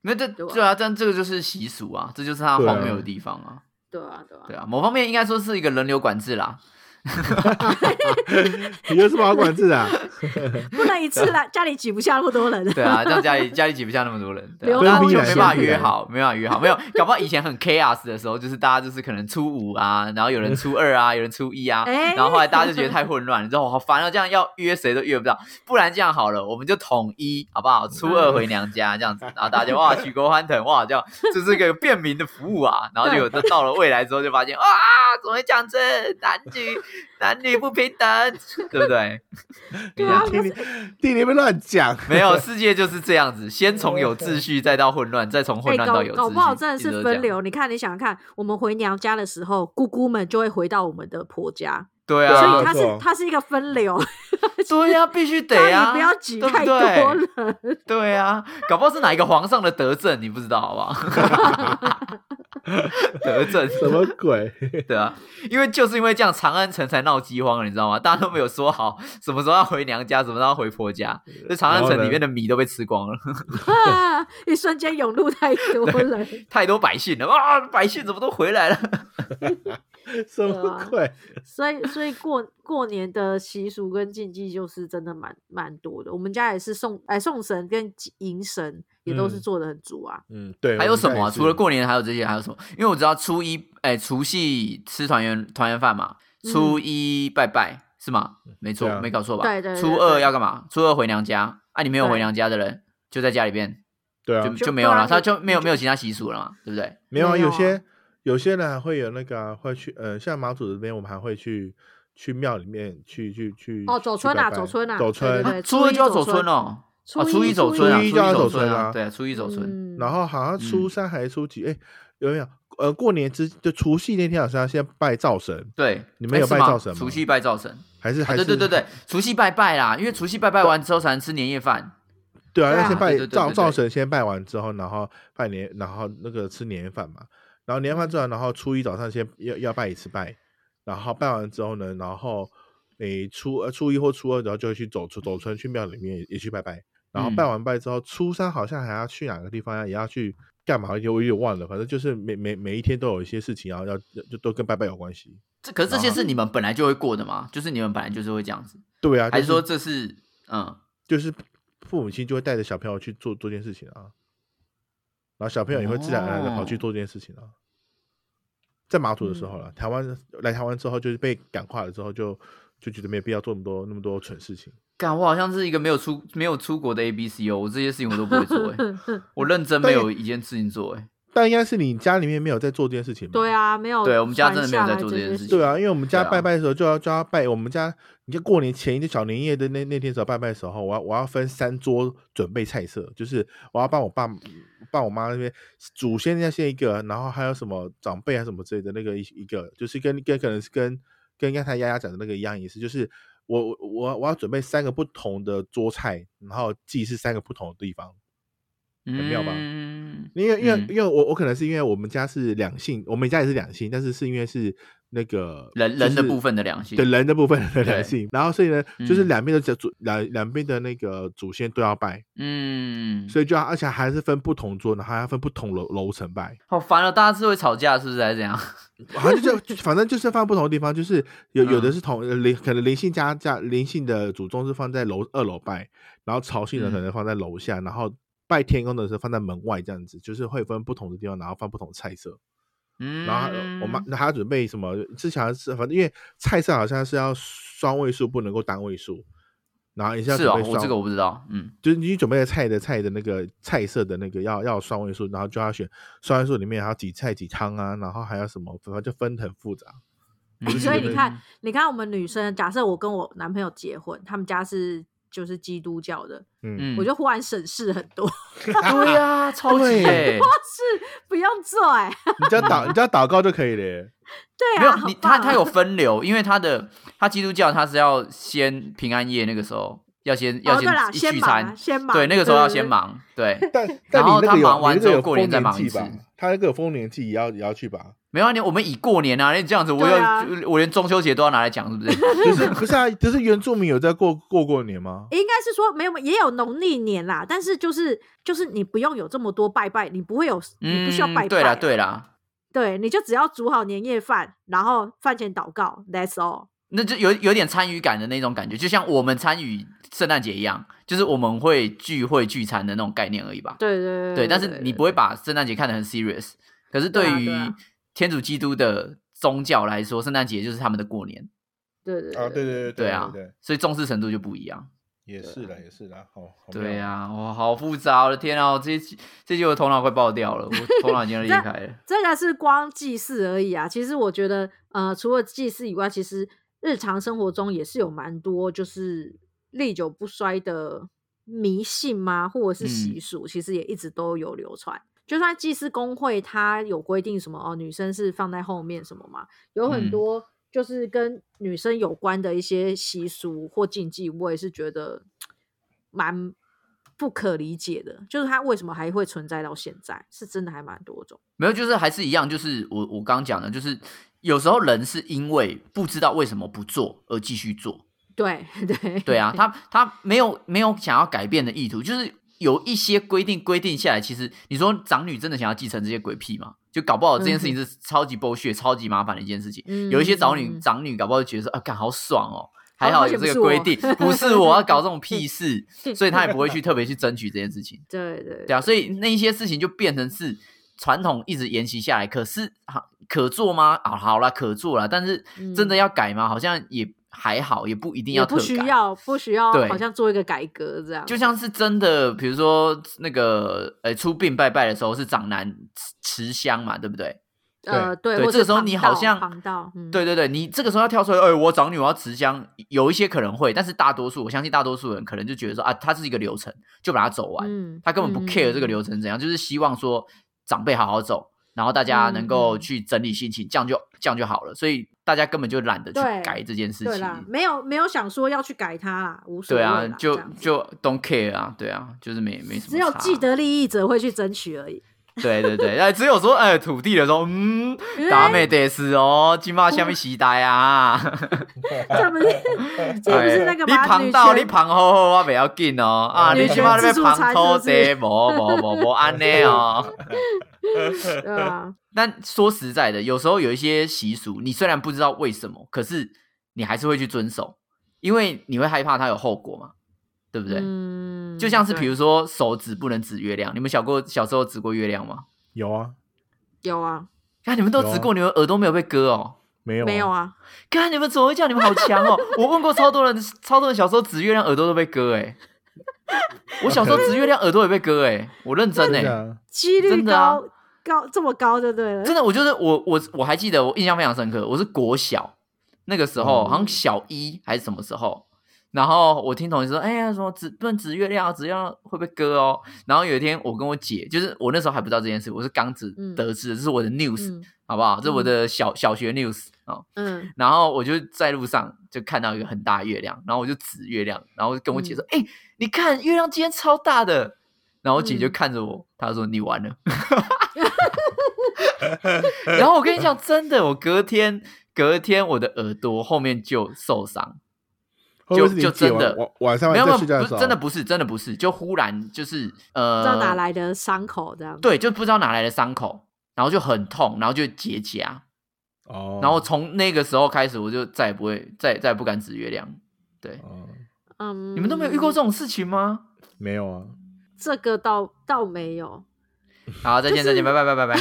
那这
对吧
对啊，但这个就是习俗啊，这就是它
对啊
荒谬的地方啊。
对啊，对啊，
对啊，某方面应该说是一个人流管制啦。
你有什么好管制 的啊？
不能一次来家里挤不下那么多人。
啊对啊，这样家里家里挤不下那么多人，对啊，
流
大家
动
就
性
没办法
限制
约
啊
好，没办法约好，没有，搞不好以前很 chaos 的时候，就是大家就是可能初五啊，然后有人初二啊，有人初一啊，
哎
然后后来大家就觉得太混乱了，之后好烦啊，这样要约谁都约不到，不然这样好了，我们就统一好不好？初二回娘家这样子，然后大家就哇举国欢腾，哇这样这是个便民的服务啊，然后就有的到了未来之后就发现啊，怎么会这样子？男女男女不平等，对不对？
对啊，
弟弟弟弟别乱讲，
没有，世界就是这样子，先从有秩序，再到混乱，再从混
哎、
乱到
搞
有秩序，
搞不好真的
一直
是
都这
分
样。
流。你看，你想想看，我们回娘家的时候，姑姑们就会回到我们的婆家，
对
啊
所
啊
以，它
没
是
错
它是一个分流，
对啊，必须得
家
啊，
里不要挤
对不
太多人。
对对啊，搞不好是哪一个皇上的德政，你不知道好不好？ 德政
什么鬼？
对啊，因为就是因为这样，长安城才闹饥荒了，你知道吗？大家都没有说好什么时候要回娘家，什么时候要回婆家，这长安
然后
城
呢
里面的米都被吃光了，
啊 一瞬间涌入太多 人，
太多百姓了啊！百姓怎么都回来了？
什
啊
么鬼？
所以所以过过年的习俗跟禁忌就是真的蛮蛮多的。我们家也是送哎送神跟迎神也都是
嗯
做的很足啊。
嗯，对。
还有什么啊、
我们家也是
除了过年还有这些还有什么？因为我知道初一哎、除夕吃团圆团圆饭嘛，
嗯
初一拜拜是吗？没错，
对啊
没搞错吧？
对对对
初二要干嘛？初二回娘家啊，你没有
对
回娘家的人就在家里边
对啊，
就
就
就没有了，
不然
他
你
就没有没有其他习俗了嘛，对不对？
没有啊，
没有
有
啊
些有些人还会有那个啊、会去呃，像马祖这边，我们还会去去庙里面去去去
哦走
去
村啊
拜拜
走村啊
走村。
对对
初二就要
初
走
一走
村哦，哦，
一
初一走村啊，
初一
初
就要
走
走村
啊，
啊
对啊，初一走村，
嗯
然后好像初
嗯
三还是初几？哎、有没有？呃，过年之就除夕那天好像先拜灶神，
对，
你们有
哎是
拜
吗
灶神吗
除夕拜灶神，
还是
啊
还是、
对对对对，除夕拜拜啦，因为除夕拜拜完之后才能吃年夜饭，
对啊，
对
要
啊
先
对
拜
对对
灶
对
灶
对
神，先拜完之后，然后拜年，然后那个吃年夜饭嘛。然后年夜饭做完，然后初一早上先要要拜一次拜，然后拜完之后呢，然后诶初呃初一或初二，然后就会去走出走村去庙里面也也去拜拜。然后拜
嗯
完拜之后，初三好像还要去哪个地方呀？也要去干嘛？我有点忘了，反正就是每每每一天都有一些事情要要要就都跟拜拜有关系。
这可是这些
然后
是你们本来就会过的嘛，就是你们本来就是会这样子，
对啊，
还
就是
说这是嗯。
就是父母亲就会带着小朋友去做做这件事情啊，然后小朋友也会自然而然的跑去
哦
做这件事情啊。在马祖的时候
嗯
了，台湾来台湾之后就是被感化了之后就，就觉得没有必要做那么多那么多蠢事情。
干，我好像是一个没有出没有出国的 A B C 哦，我这些事情我都不会做、 欸，我认真没有一件事情做、欸，
但应该是你家里面没有在做这件事情吧？
对啊，没有
对我们家
传
真的没有
下
在
来
做这件
些
事情
对啊，因为我们家
对啊
拜拜的时候就要就要拜，我们家你就过年前一天小年夜的那那天时候拜拜的时候，我要我要分三桌准备菜色，就是我要帮我爸帮我妈那边祖先那些一个，然后还有什么长辈啊什么之类的那个一一个，就是跟跟可能是跟跟刚才丫丫讲的那个一样意思，就是我我我我要准备三个不同的桌菜，然后祭祀三个不同的地方。
嗯，
很妙吧
嗯
因为因为、
嗯
因为我我可能是因为我们家是两性，我们家也是两性，但是是因为是那个
人
就
人的
是
部分的良心，
对人的部分的
对
两性，然后所以呢，就是
嗯
两边的祖两两边的那个祖先都要拜，
嗯，
所以就要而且还是分不同桌，然后还要分不同楼楼层拜，
好烦哦，大家是会吵架是不是？还是怎样？
好像就就反正就是放不同的地方，就是有有的
嗯
是同呃灵可能灵性家家灵性的祖宗是放在楼二楼拜，然后潮信的可
嗯
能放在楼下，然后拜天公的是放在门外这样子，就是会分不同的地方，然后放不同的菜色。
嗯，
然后还我妈那还要准备什么？之前好像是反正因为菜色好像是要双位数，不能够单位数，然后也是要
是
准
哦
备，双，
我这个我不知道，嗯
就是你准备的菜的菜的那个菜色的那个要要双位数，然后就要选双位数里面还要几菜几汤啊，然后还要什么，反正就分得很复杂。
哎
嗯
所以
对
你看， 你看我们女生，假设我跟我男朋友结婚，他们家是就是基督教的，
嗯，
嗯，
我就忽然省事很多，
对啊，超级耶、
是不用做哎、
你
嗯
只要祷你只要祷告就可以了耶。
对
没
啊，
有
好
你，
棒
他
啊
他有分流，因为他的他基督教他是要先平安夜那个时候要先要
哦对啦，
聚
先忙啊
餐，
先忙，
对，那个时候要
对
先，忙，对。
但但你
后
那
他
个有
忙完
你那
之
个
后
有
过
丰
年再
年
忙
祭
一
吧
次？
他那个有丰年祭也要也要 去吧？
没有啊，你我们以过年啊，你这样子，我要、
对啊
我连中秋节都要拿来讲，是 不是？
就是不是啊？就是原住民有在过过过年吗？
对应该是说没有，也有农历年啦，但是就是就是你不用有这么多拜拜，你不会有，你不需要
嗯
拜拜、啊
对啦，对啦，
对，你就只要煮好年夜饭，然后饭前祷告，That's all。
那就有有点参与感的那种感觉，就像我们参与圣诞节一样，就是我们会聚会聚餐的那种概念而已吧。
对对
对，但是你不会把圣诞节看得很 serious。可是对
对啊对
于
啊
天主基督的宗教来说，圣诞节就是他们的过年，
对对
啊，对对对
对啊
对对，，
所以重视程度就不一样。
也是的，也是的，好，好
对
妙哦
呀、啊，哇，好复杂，我的天啊，我这一集这一集我头脑快爆掉了，我头脑已经要裂开了。
这个是光祭祀而已啊。其实我觉得，呃，除了祭祀以外，其实日常生活中也是有蛮多就是历久不衰的迷信嘛，或者是习
嗯
俗，其实也一直都有流传。就算祭祀工会它有规定什么哦，女生是放在后面什么嘛，有
嗯
很多就是跟女生有关的一些习俗或禁忌，我也是觉得蛮不可理解的。就是它为什么还会存在到现在，是真的还蛮多种。
没有，就是还是一样，就是我我刚讲的，就是有时候人是因为不知道为什么不做而继续做，
对 对
对啊，他他没有没有想要改变的意图，就是有一些规定规定下来，其实你说长女真的想要继承这些鬼屁吗？就搞不好这件事情是超级剥削、超级麻烦的一件事情。
嗯
有一些长女、
嗯
长女搞不好就觉得说啊，干好爽哦，
好
还好
好
有
险
这个
不是
规
我
定，不是我要搞这 种屁事，
对
所以她也不会去特别去争取这件事情。
对对
对啊，所以那一些事情就变成是传统一直沿袭下来，可是好可做吗？啊，好啦，可做啦，但是真的
嗯
要改吗？好像也还好，也不一定
也
要特
不需
改。
要不需要，
对
好像做一个改革这样。
就像是真的，比如说那个呃出殡拜拜的时候是长男持持香嘛，对不对？
呃，对，
对
或
这
是
时候
旁
你好
道
像
旁道，嗯，
对对对，你这个时候要跳出来，哎，我长女我要持香，有一些可能会，但是大多数我相信大多数人可能就觉得说啊，它是一个流程，就把它走完，
嗯，
他根本不
嗯
care 这个，流程是怎样，就是希望说长辈好好走，然后大家能够
嗯嗯
去整理心情，这样就这样就好了。所以大家根本就懒得去
对
改这件事
嗯对啦
情，。
没有没有想说要去改它啦，无所
对
谓
啊
啦，
就
这样子
就 don't care 啊，对啊，就是没没什啊么。
只有既。得利益者会去争 取而已。
对对对，哎，只有说哎土地的时候，嗯，达美得斯哦，金马下面期待 啊。哎
这不是这不是那个
你
把
旁
女
到你
权
旁好好，我不要紧哦。啊，
女
你
权
起码那边
自助
旁
餐
偷
是不
贼，
是
无无无无安尼哦。
对啊吧？
但说实在的，有时候有一些习俗，你虽然不知道为什么，可是你还是会去遵守，因为你会害怕它有后果嘛， 对不对？
嗯，
就像是比
对
如说手指不能指月亮，你们小过小时候指过月亮吗？
有啊，
有啊，
看你们都
有啊
指过，你们耳朵没有被割哦。
没有
没有啊，
看你们怎么会这样？你们好强哦！我问过超多人，超多人小时候指月亮耳朵都被割哎、我 小时候指月亮耳朵也被割哎、我认真哎、
真的啊
几率
真的啊
高高这么高就对 了
真。的，我就是我我我还记得，我印象非常深刻，我是国小那个时候，
嗯
好像小一还是什么时候。然后我听同学说，哎呀，什么指不能指月亮啊，指月亮会被割哦。然后有一天，我跟我姐，就是我那时候还不知道这件事，我是刚知
嗯
得知的，这是我的 news，、
嗯
好不好？这是我
嗯
的小小学 news 啊、哦。
嗯，
然后我就在路上就看到一个很大的月亮，然后我就指月亮，然后跟我姐说：“哎、你看月亮今天超大的。”然后我姐就
嗯
看着我，她说：“你完了。”然后我跟你讲，真的，我隔天隔天我的耳朵后面就受伤，
会不会是
就
你
真
姐
的
晚晚晚上
没有
晚
没有，不
上睡觉的
是
时候，
真的不是真的不是，就忽然就是
不
呃，
知道哪来的伤口这样。
对，就不知道哪来的伤口，然后就很痛，然后就结痂，
哦，
然后从那个时候开始，我就再也不会再再也不敢指月亮。对，
哦
嗯，
你们都没有遇过这种事情吗？
没有啊，
这个倒倒没有。
好，再见，再见，拜拜，拜拜， 拜。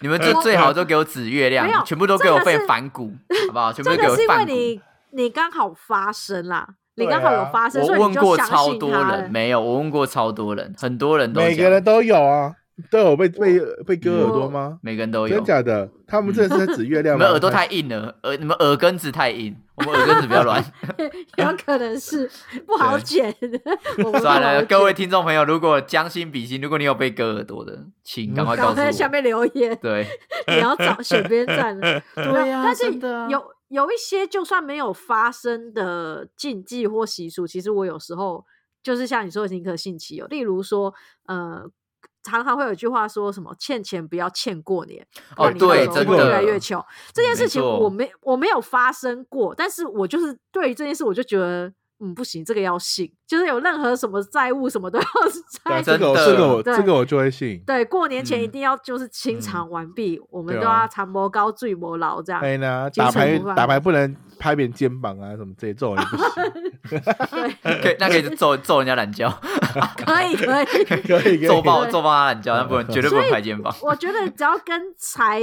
你们最
我
最好都给我指月
没有
亮，全部都给我
这个是
变反骨，好不 好？全部
这
都给
个
我
是因为
反骨。
你你刚好发生啦，你
对
刚好有
啊
发生，
我
所以
问
你就
过
相
超
信
多
他了
人，。没有，我问过超多人，很多人都
每个
讲
人都有啊，都有被被被割耳朵吗？
每个人都有
真。假的？他们真的是在指月
你
亮吗？
们耳朵太硬了，耳你们耳根子太硬，我们耳根子比较 软。
有可能是不好
对
剪的。我们
算了，
不好
各位
剪
听众朋友，如果将心比心，如果你有被割耳朵的，请赶快
嗯赶
告
快
诉
在下
我。
面留言，
对，
你要找选边站了。
对呀
但是
真的啊
有有一些就算没有发生的禁忌或习俗，其实我有时候就是像你说的宁可信其有，例如说呃。常常会有一句话说什么“欠钱不要欠过年”，
哦
不然你
对
到时
真
候会
的
越来越穷。这件事情
没错
我没我没有发生过，但是我就是对于这件事，我就觉得嗯不行，这个要信，就是有任何什么债务什么都要
对啊
债
这
真的
个我这个我
对
这个我就会信。
对，过年前一
嗯
定要就是清偿完毕，我们
对
都
啊
要长谋高、醉谋劳这样。
哎呀，
啊精
打
神
牌
不放
打牌不能拍别人肩膀啊，什么之类，这种也不 行。
对，
可以，那可以揍揍人家懒觉，
可以可以。
可以可以，
揍爆
对
揍爆他懒觉，但不能 绝对不
所
能
以
拍肩膀。
我觉得只要跟财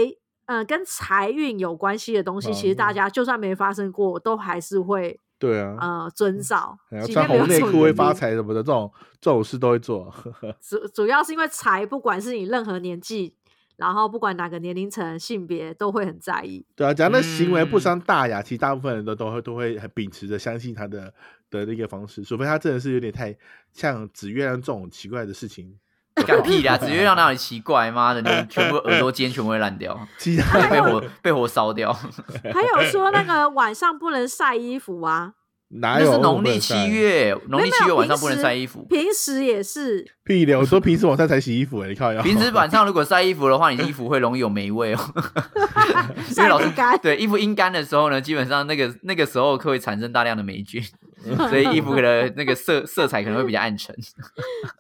呃跟财运有关系的东西，其实
哦
大家就算没发生过，都还是会
对啊，
呃遵照
还要。
即
穿
便没有
红内
做
裤会
努
发
力。
财什么的，这种这种事都会做。
主主要是因为财，不管是你任何年纪，然后不管哪个年龄层、性别，都会很在 意。
对啊，只要那行为不
嗯
伤大雅，其实大部分人都都会都会很秉持着相信他的的那个方式，除非他真的是有点太像指月亮这种奇怪的事情，
干屁啦！紫月亮哪里奇怪？妈的，你全部耳朵尖全部会烂掉，
其他
被火被火烧掉。
还有说那个晚上不能晒衣服啊，
哪
那
有
是农
哎我不
历
能晒
七月，农历七
没
月
有
晚上不
平
能
时
晒衣服。
平时也是
屁的，我说平时晚上才洗衣服、欸，你靠腰。
平时晚上如果晒衣服的话，你衣服会容易有霉味哦。 因
晒
为老
不
师
干。
对衣服阴干的时候呢，基本上那个那个时候会产生大量的霉菌，所以衣服的那个色色彩可能会比较暗沉。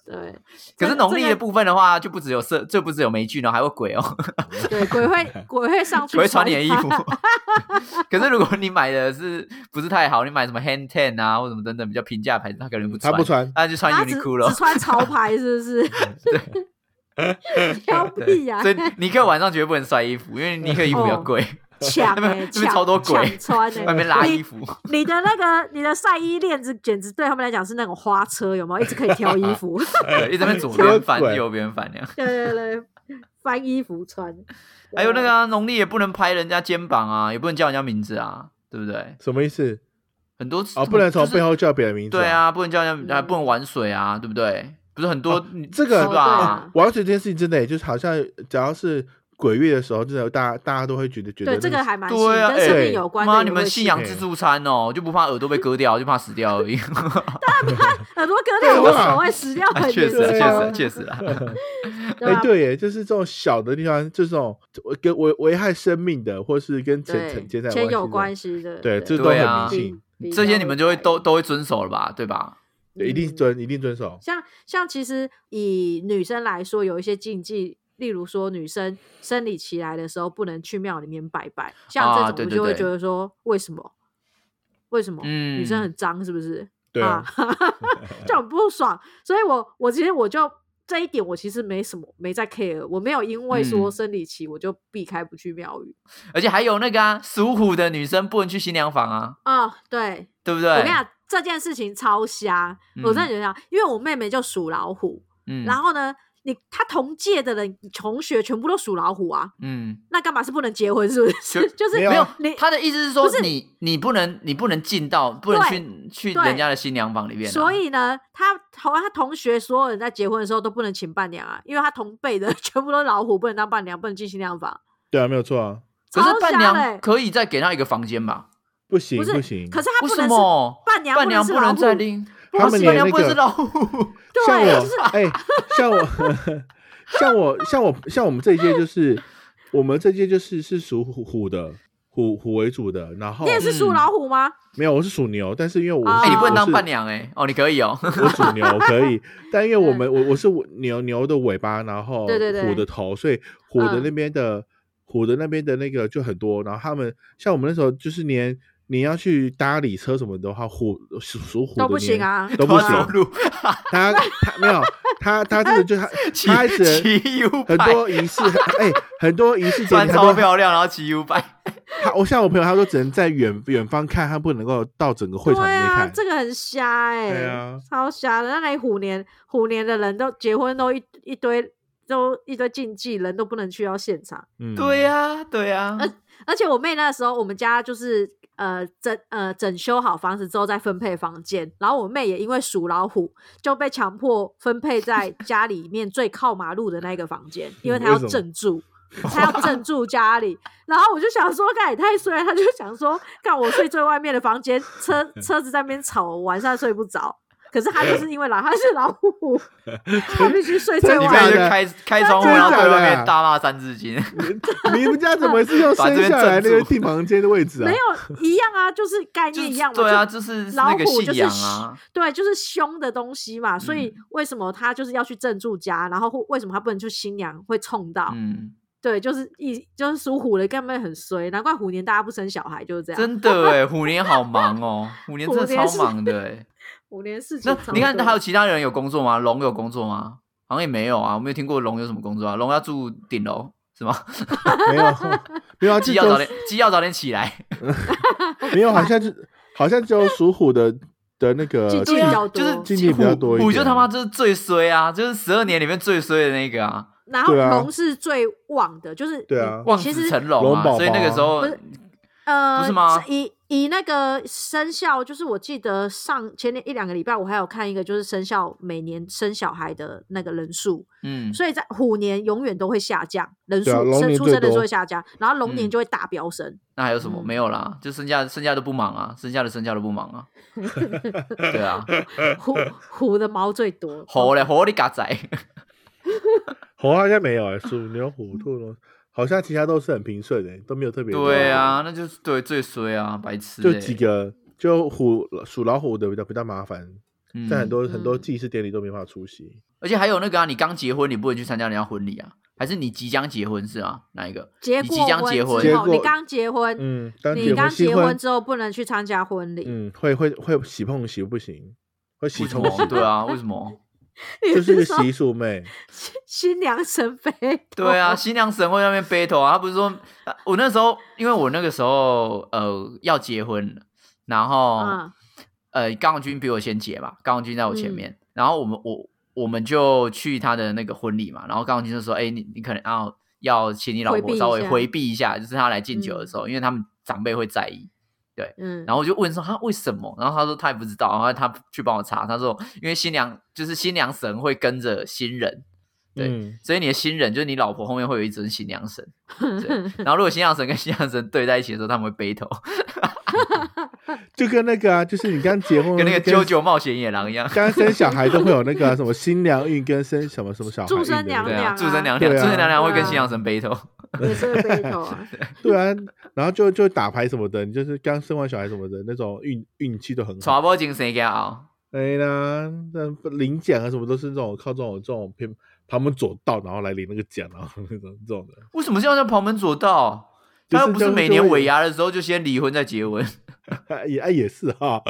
对，
可
这
是
个
农历的
这个
部分的话，就不只有色，就不只有霉菌哦，还有鬼哦。
对，鬼 会鬼会上去，
我会穿你的衣服。 可是如果你买的是不是太好，你买什么 Hand Ten 啊，或什么等等比较平价的牌子，他可能不穿，
嗯他不穿
他就穿
他只
Uniqlo
只。穿潮牌是 不是？对，挑
对
剔呀、 哦
所以尼克晚上绝对不能晒衣服，因为尼克衣服比较贵。
抢
那边
哎、欸，
那边超多鬼
抢穿 哎、
外面拉衣服，
你的那个你的晒衣链子，简直对他们来讲是那种花车，有没有？一直可以挑衣服，
对，一直在那边左
超
边翻
鬼
右边翻那样。
对对对，翻衣服穿。
还有那个啊农、历也不能拍人家肩膀啊，也不能叫人家名字啊，对不对？
什么意思？
很多
哦，不能从背
后。
后叫别人名字。
对，啊，不能叫人家啊，
嗯
不能玩水啊，对不对？不是很多你
这个
是吧
哦？
玩水这件事情真的耶，欸就是好像呃只要是鬼月的时候，真的大家大家都会觉得觉得
对，这
那
个还蛮
对啊
新跟生
哎
命有关的
妈，
也会
你
信。
们信仰自助餐哦，就不怕耳朵被割掉，就怕死掉而已。
啊耳朵割掉无
对啊
所谓，死掉
啊
很
确
严
实
重
对
啊，
啊
确实，确实啊。
对啊
哎，
吧？
对耶，就是这种小的地方，这种跟危危害生命的，或是跟钱钱钱财
钱有
关
关
系
系的，
的，对，这都
对
很
啊
迷信，
比
这些你们就会
较
都都会遵守了吧，对吧？
对一定
嗯
遵一定遵守。
像像其实以女生来说，有一些禁忌，例如说女生生理期来的时候不能去庙里面拜拜，像
啊对
这种我
对
就会
对
觉得说为什么？为什么？女生
嗯
很脏是不是？
对啊，
就很不爽。所以我我其实我就这一点我其实没什么没在 care，我没有因为说
嗯
生理期我就避开不去庙宇
而且还有那个啊，属虎的女生不能去新娘房啊，
啊、对，
对不对？
我跟你讲，这件事情超瞎，我真的觉得这样，因为我妹妹就属老虎，
嗯，
然后呢，你她同届的人同学全部都属老虎啊，
嗯，
那干嘛是不能结婚？是 不是？就是
没
没有
啊
你，
他的意思是说
不是
你你不能你不能进到不能
对
去去
对
人家的新娘房里面啊，
所以呢，她同她同学所有人在结婚的时候都不能请伴娘啊，因为她同辈的 全部都是老虎，不能当伴娘，不能进新娘房。
对啊，没有错啊，
可是
超
伴
瞎的
娘
欸
可以再给她一个房间吧？
不行
不是，
行，
可是她
为
不
什
能是
么？
伴娘，
伴娘
不
不
能
能
是老
再
虎，
拎，
他们
不是伴
连
娘
那
不能
个
是老 虎，
像
对
我
就是，啊
哎、像我，像我，像我，像我们这一届就是，我们这一届就是是属虎虎的，虎虎为主的。然后
你也是属
嗯
老虎吗？
没有，我是属牛，但是因为我是、
哎
哎，你不能
我
当
是
伴娘哎，哦，你可以哦，
我属牛可 以，但因为我们我我是牛牛的尾巴，然后
嗯对对对嗯
虎的头，所以虎的那边的、虎的那边的那个就很多。然后他们像我们那时候就是连。你要去搭礼车什么的话，虎属属虎的
都不行啊
连都不
走
行。
路，
他他没有他他这个就 他
骑
他只能
骑 U
很
拜，
多仪式，哎、很多仪式节
穿
很
超
多
漂亮，然后骑 U 拜，
他，我像我朋友，他说只能在远远方看，他不能够到整个会场里
对
面
啊，
看。
这个很瞎哎、
对啊
超瞎的。那你虎年虎年的人都结婚都一一堆都一堆禁忌，人都不能去到现场。
嗯，
对呀，对呀，
而且我妹那时候，我们家就是呃整呃整修好房子之后再分配房间，然后我妹也因为属老虎就被强迫分配 在家里面最靠马路的那一个房间，因为她
为
要
什么
镇 住。她要镇住家里，然后我就想说，干也太衰了。她就想说，干我睡最外面的房间， 车车子在那边吵，我晚上睡不着。可是她就是因为老，她是 老虎， 她必须睡最
对
你
呀
妹
外
就
面。
真的
开开窗户，
真的
然后对
假的
外面大骂三字经，
你们家怎么是 用
把这
生
边
下来那
镇
个
住
地房间的位置啊？
没有一样啊，就是概
就
念
是
一样嘛。
对啊，
就
就是
老
那个
虎
信
就是
仰啊，
对，就是凶的东西嘛，所以
嗯
为什么他就是要去镇住家，然后或为什么他不能去新娘会冲到？
嗯。
对，就是一就是属虎的根本很衰，难怪虎年大家不生小孩就是这样。
真的哎，虎年好忙哦，虎年真的
虎年
超
是
忙的 哎。
虎年事情
那
超多，
你看还有其他人有工作吗？龙有工作吗？好像也没有啊，我没有听过龙有什么工作啊。龙要住顶楼是吗？
没有， 没 有 啊，这
鸡要早
都
点，鸡要早点起来。
没有，好 像就好像只有属虎的的那个
禁
对
忌比
啊
较，
就
多
是
禁忌比较
虎
多一点
虎就他妈就是最衰啊，就是十二年里面最衰的那个啊，
然后
对啊
龙是最旺的，就是
对啊
你
望
其
子
实
成龙
龙
啊。
宝宝啊
所以那个时候
不是呃，
不是吗
以以那个生肖，就是我记得上前年一两个礼拜，我还有看一个就是生肖每年生小孩的那个人数，
嗯，
所以在虎年永远都会下降人数，
对啊龙
生
年
出
最
生人数
多
会下降，然后龙年
嗯
就会大飙升。
那还有什么？
嗯
没有啦，就剩下剩下的不忙啊，剩下的剩下的不忙啊。对 啊，
虎虎的毛最多，哦
猴嘞猴你嘎仔，
猴好像没有哎，属 牛、虎、兔龙，好像其他都是很平顺的，都没有特别多。
对啊，那就是对最衰啊，白痴
就
欸。
几个，就虎属老虎的比较比较麻烦，
嗯，
在很多很多
嗯
祭祀典礼都没办法出席。
而且还有那个啊，你刚结婚，你不能去参加人家婚礼啊，还是你即将结婚是啊？哪一个？
结
你
过
即将结
婚
婚
之
结
后，你
过
刚结婚，
嗯，当
你
结婚
刚
新
结
婚嗯
婚之后不能去参加婚礼，
嗯，会会会洗碰洗不行，会洗
为什
冲
么？
洗。
对啊，为什么？
你
就是一个
说
习俗妹，
新新娘神 飞？
对 啊，，新娘神会在那边 battle 啊，他不是说，啊我那时候因为我那个时候呃要结婚了，然后、
嗯
呃高永军比我先结嘛，高永军在我前面，
嗯
然后我们我我们就去他的那个婚礼嘛，然后高永军就说，哎、你你可能要要请你老
回避
婆
一
稍微
下
回避一下，就是他来敬酒的
嗯
时候，因为他们长辈会在意，
嗯，
然后我就问说他为什么，然后他说他也不知道，然后他去帮我查，他说因为新娘就是新娘神会跟着新人，对
嗯，
所以你的新人就是你老婆后面会有一尊新 娘神，对然后如果新娘神跟新娘神对在一起的时候，他们会 battle，
就跟那个啊，就是你刚结婚
跟那个
跟
啾啾冒险野狼一样。
刚生小孩都会有那个啊、什么新娘运跟生什么什么小孩
祝
运
生
的
娘
那
对
个
啊，
娘
祝生娘娘，
对啊
祝生娘娘会
对
跟
啊
新娘神 battle。
也是会飞头啊。
对啊，然后就就打牌什么的，你就是刚生完小孩什么的那种运运气都很好。
传播精神给啊，
哎啦，那领奖啊什么都是这种靠这种这种偏旁门左道，然后来领那个奖，然后那种这种的。
为什么现在叫旁门左道？
就
他
是
又不是
这样
每
就
年
会
尾牙的时候就先离婚再结婚。
也哎也是哈、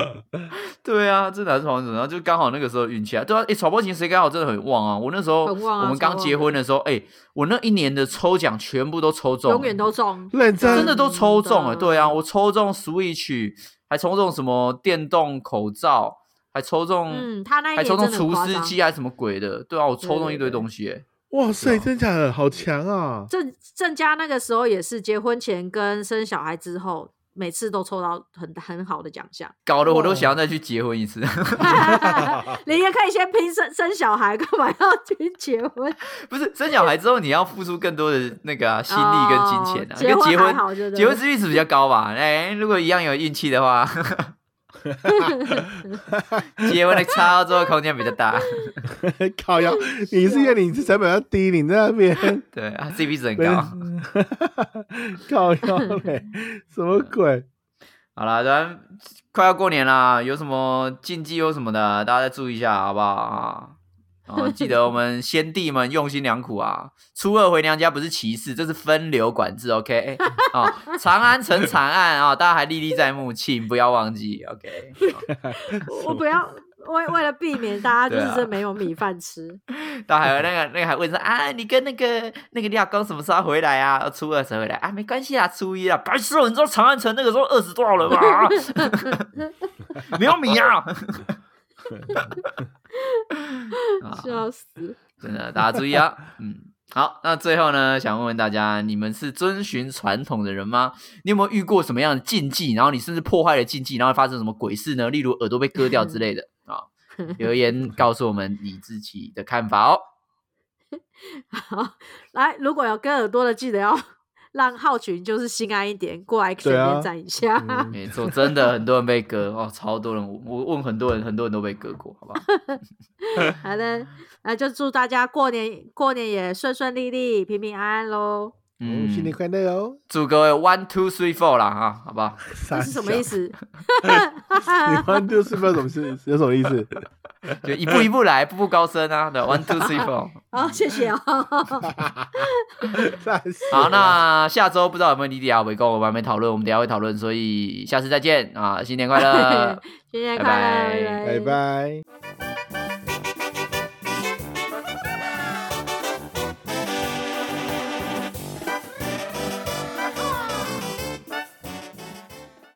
对啊，这哪是黄种？然后就刚好那个时候运气啊，对啊，哎、草包情谁刚好真的很旺啊！我那时候、
很旺啊
我们刚
超旺
结婚的时候，哎、我那一年的抽奖全部都抽 中，
永远都中，
认真
真的都抽中了。
真的
对啊，我抽中 Switch，还抽中什么电动口罩，还抽中、
嗯，他那一
还
年
抽中
真的很
厨
夸
师
张
机还是什么鬼的。对啊，我抽中一堆
对对对
东西、哎
哇塞，
是啊
真假的好强啊！
郑郑家那个时候也是结婚前跟生小孩之后，每次都抽到很很好的奖项。
搞得我都
哇
想要再去结婚一次。
啊
你也可以先拼生生小孩，干嘛要拼结婚？
不是生小孩之后，你要付出更多的那个啊、心力跟金钱啊，跟
哦结
结
婚还
婚
好就对
结婚几率是比较高吧？哎、如果一样有运气的 话， 结婚的差之后空间比较大。
靠腰，你是因为你成本要低，你在那边
对啊，CP 值很
人
高。
靠腰嘞，什么鬼？
好了，咱快要过年啦，有什么禁忌有什么的，大家再注意一下，好不好啊？哦，记得我们先帝们用心良苦啊！初二回娘家不是歧视，这是分流管制，OK？啊、长安城惨案啊、大家还历历在目，请不要忘记，OK？啊、
我不要为为了避免大家就
对啊
是真没有米饭吃，
大家还有那个那个还问说啊，你跟那个那个廖刚什么时候回来啊？初二才回来啊，没关系啊，初一啊，白痴哦！你知道长安城那个时候饿死多少人吗？ 没有米啊！ 啊
笑死！
真的，大家注意啊！嗯，好，那最后呢，想问问大家，你们是遵循传统的人吗？你有没有遇过什么样的禁忌？然后你甚至破坏了禁忌，然后发生什么鬼事呢？例如耳朵被割掉之类的啊、留言告诉我们你自己的看法哦。
好，来，如果有割耳朵的，记得要 让浩群就是心安一点，过来随
对啊
便站一下。
嗯
没错，真的很多人被割哦，超多人，我我问很多人，很多人都被割过，好不好？
好的，那就祝大家过年过年也顺顺利利、平平安安喽。
嗯，新年快乐哦！
祝各位 one two three four 啦啊，好不好？
这
这是什么 意？思？啊
你换就是不知道什么事，有什么意 思？
就一步一步来，步步高升啊，对，one two three four。
好，谢谢哦。
三小
好，那下周不知道有没有莉迪亚围攻，我们还没讨论，我们等一下会
！
讨论，所以下次再见啊！新年快乐
新年
拜
快乐，
拜
拜拜。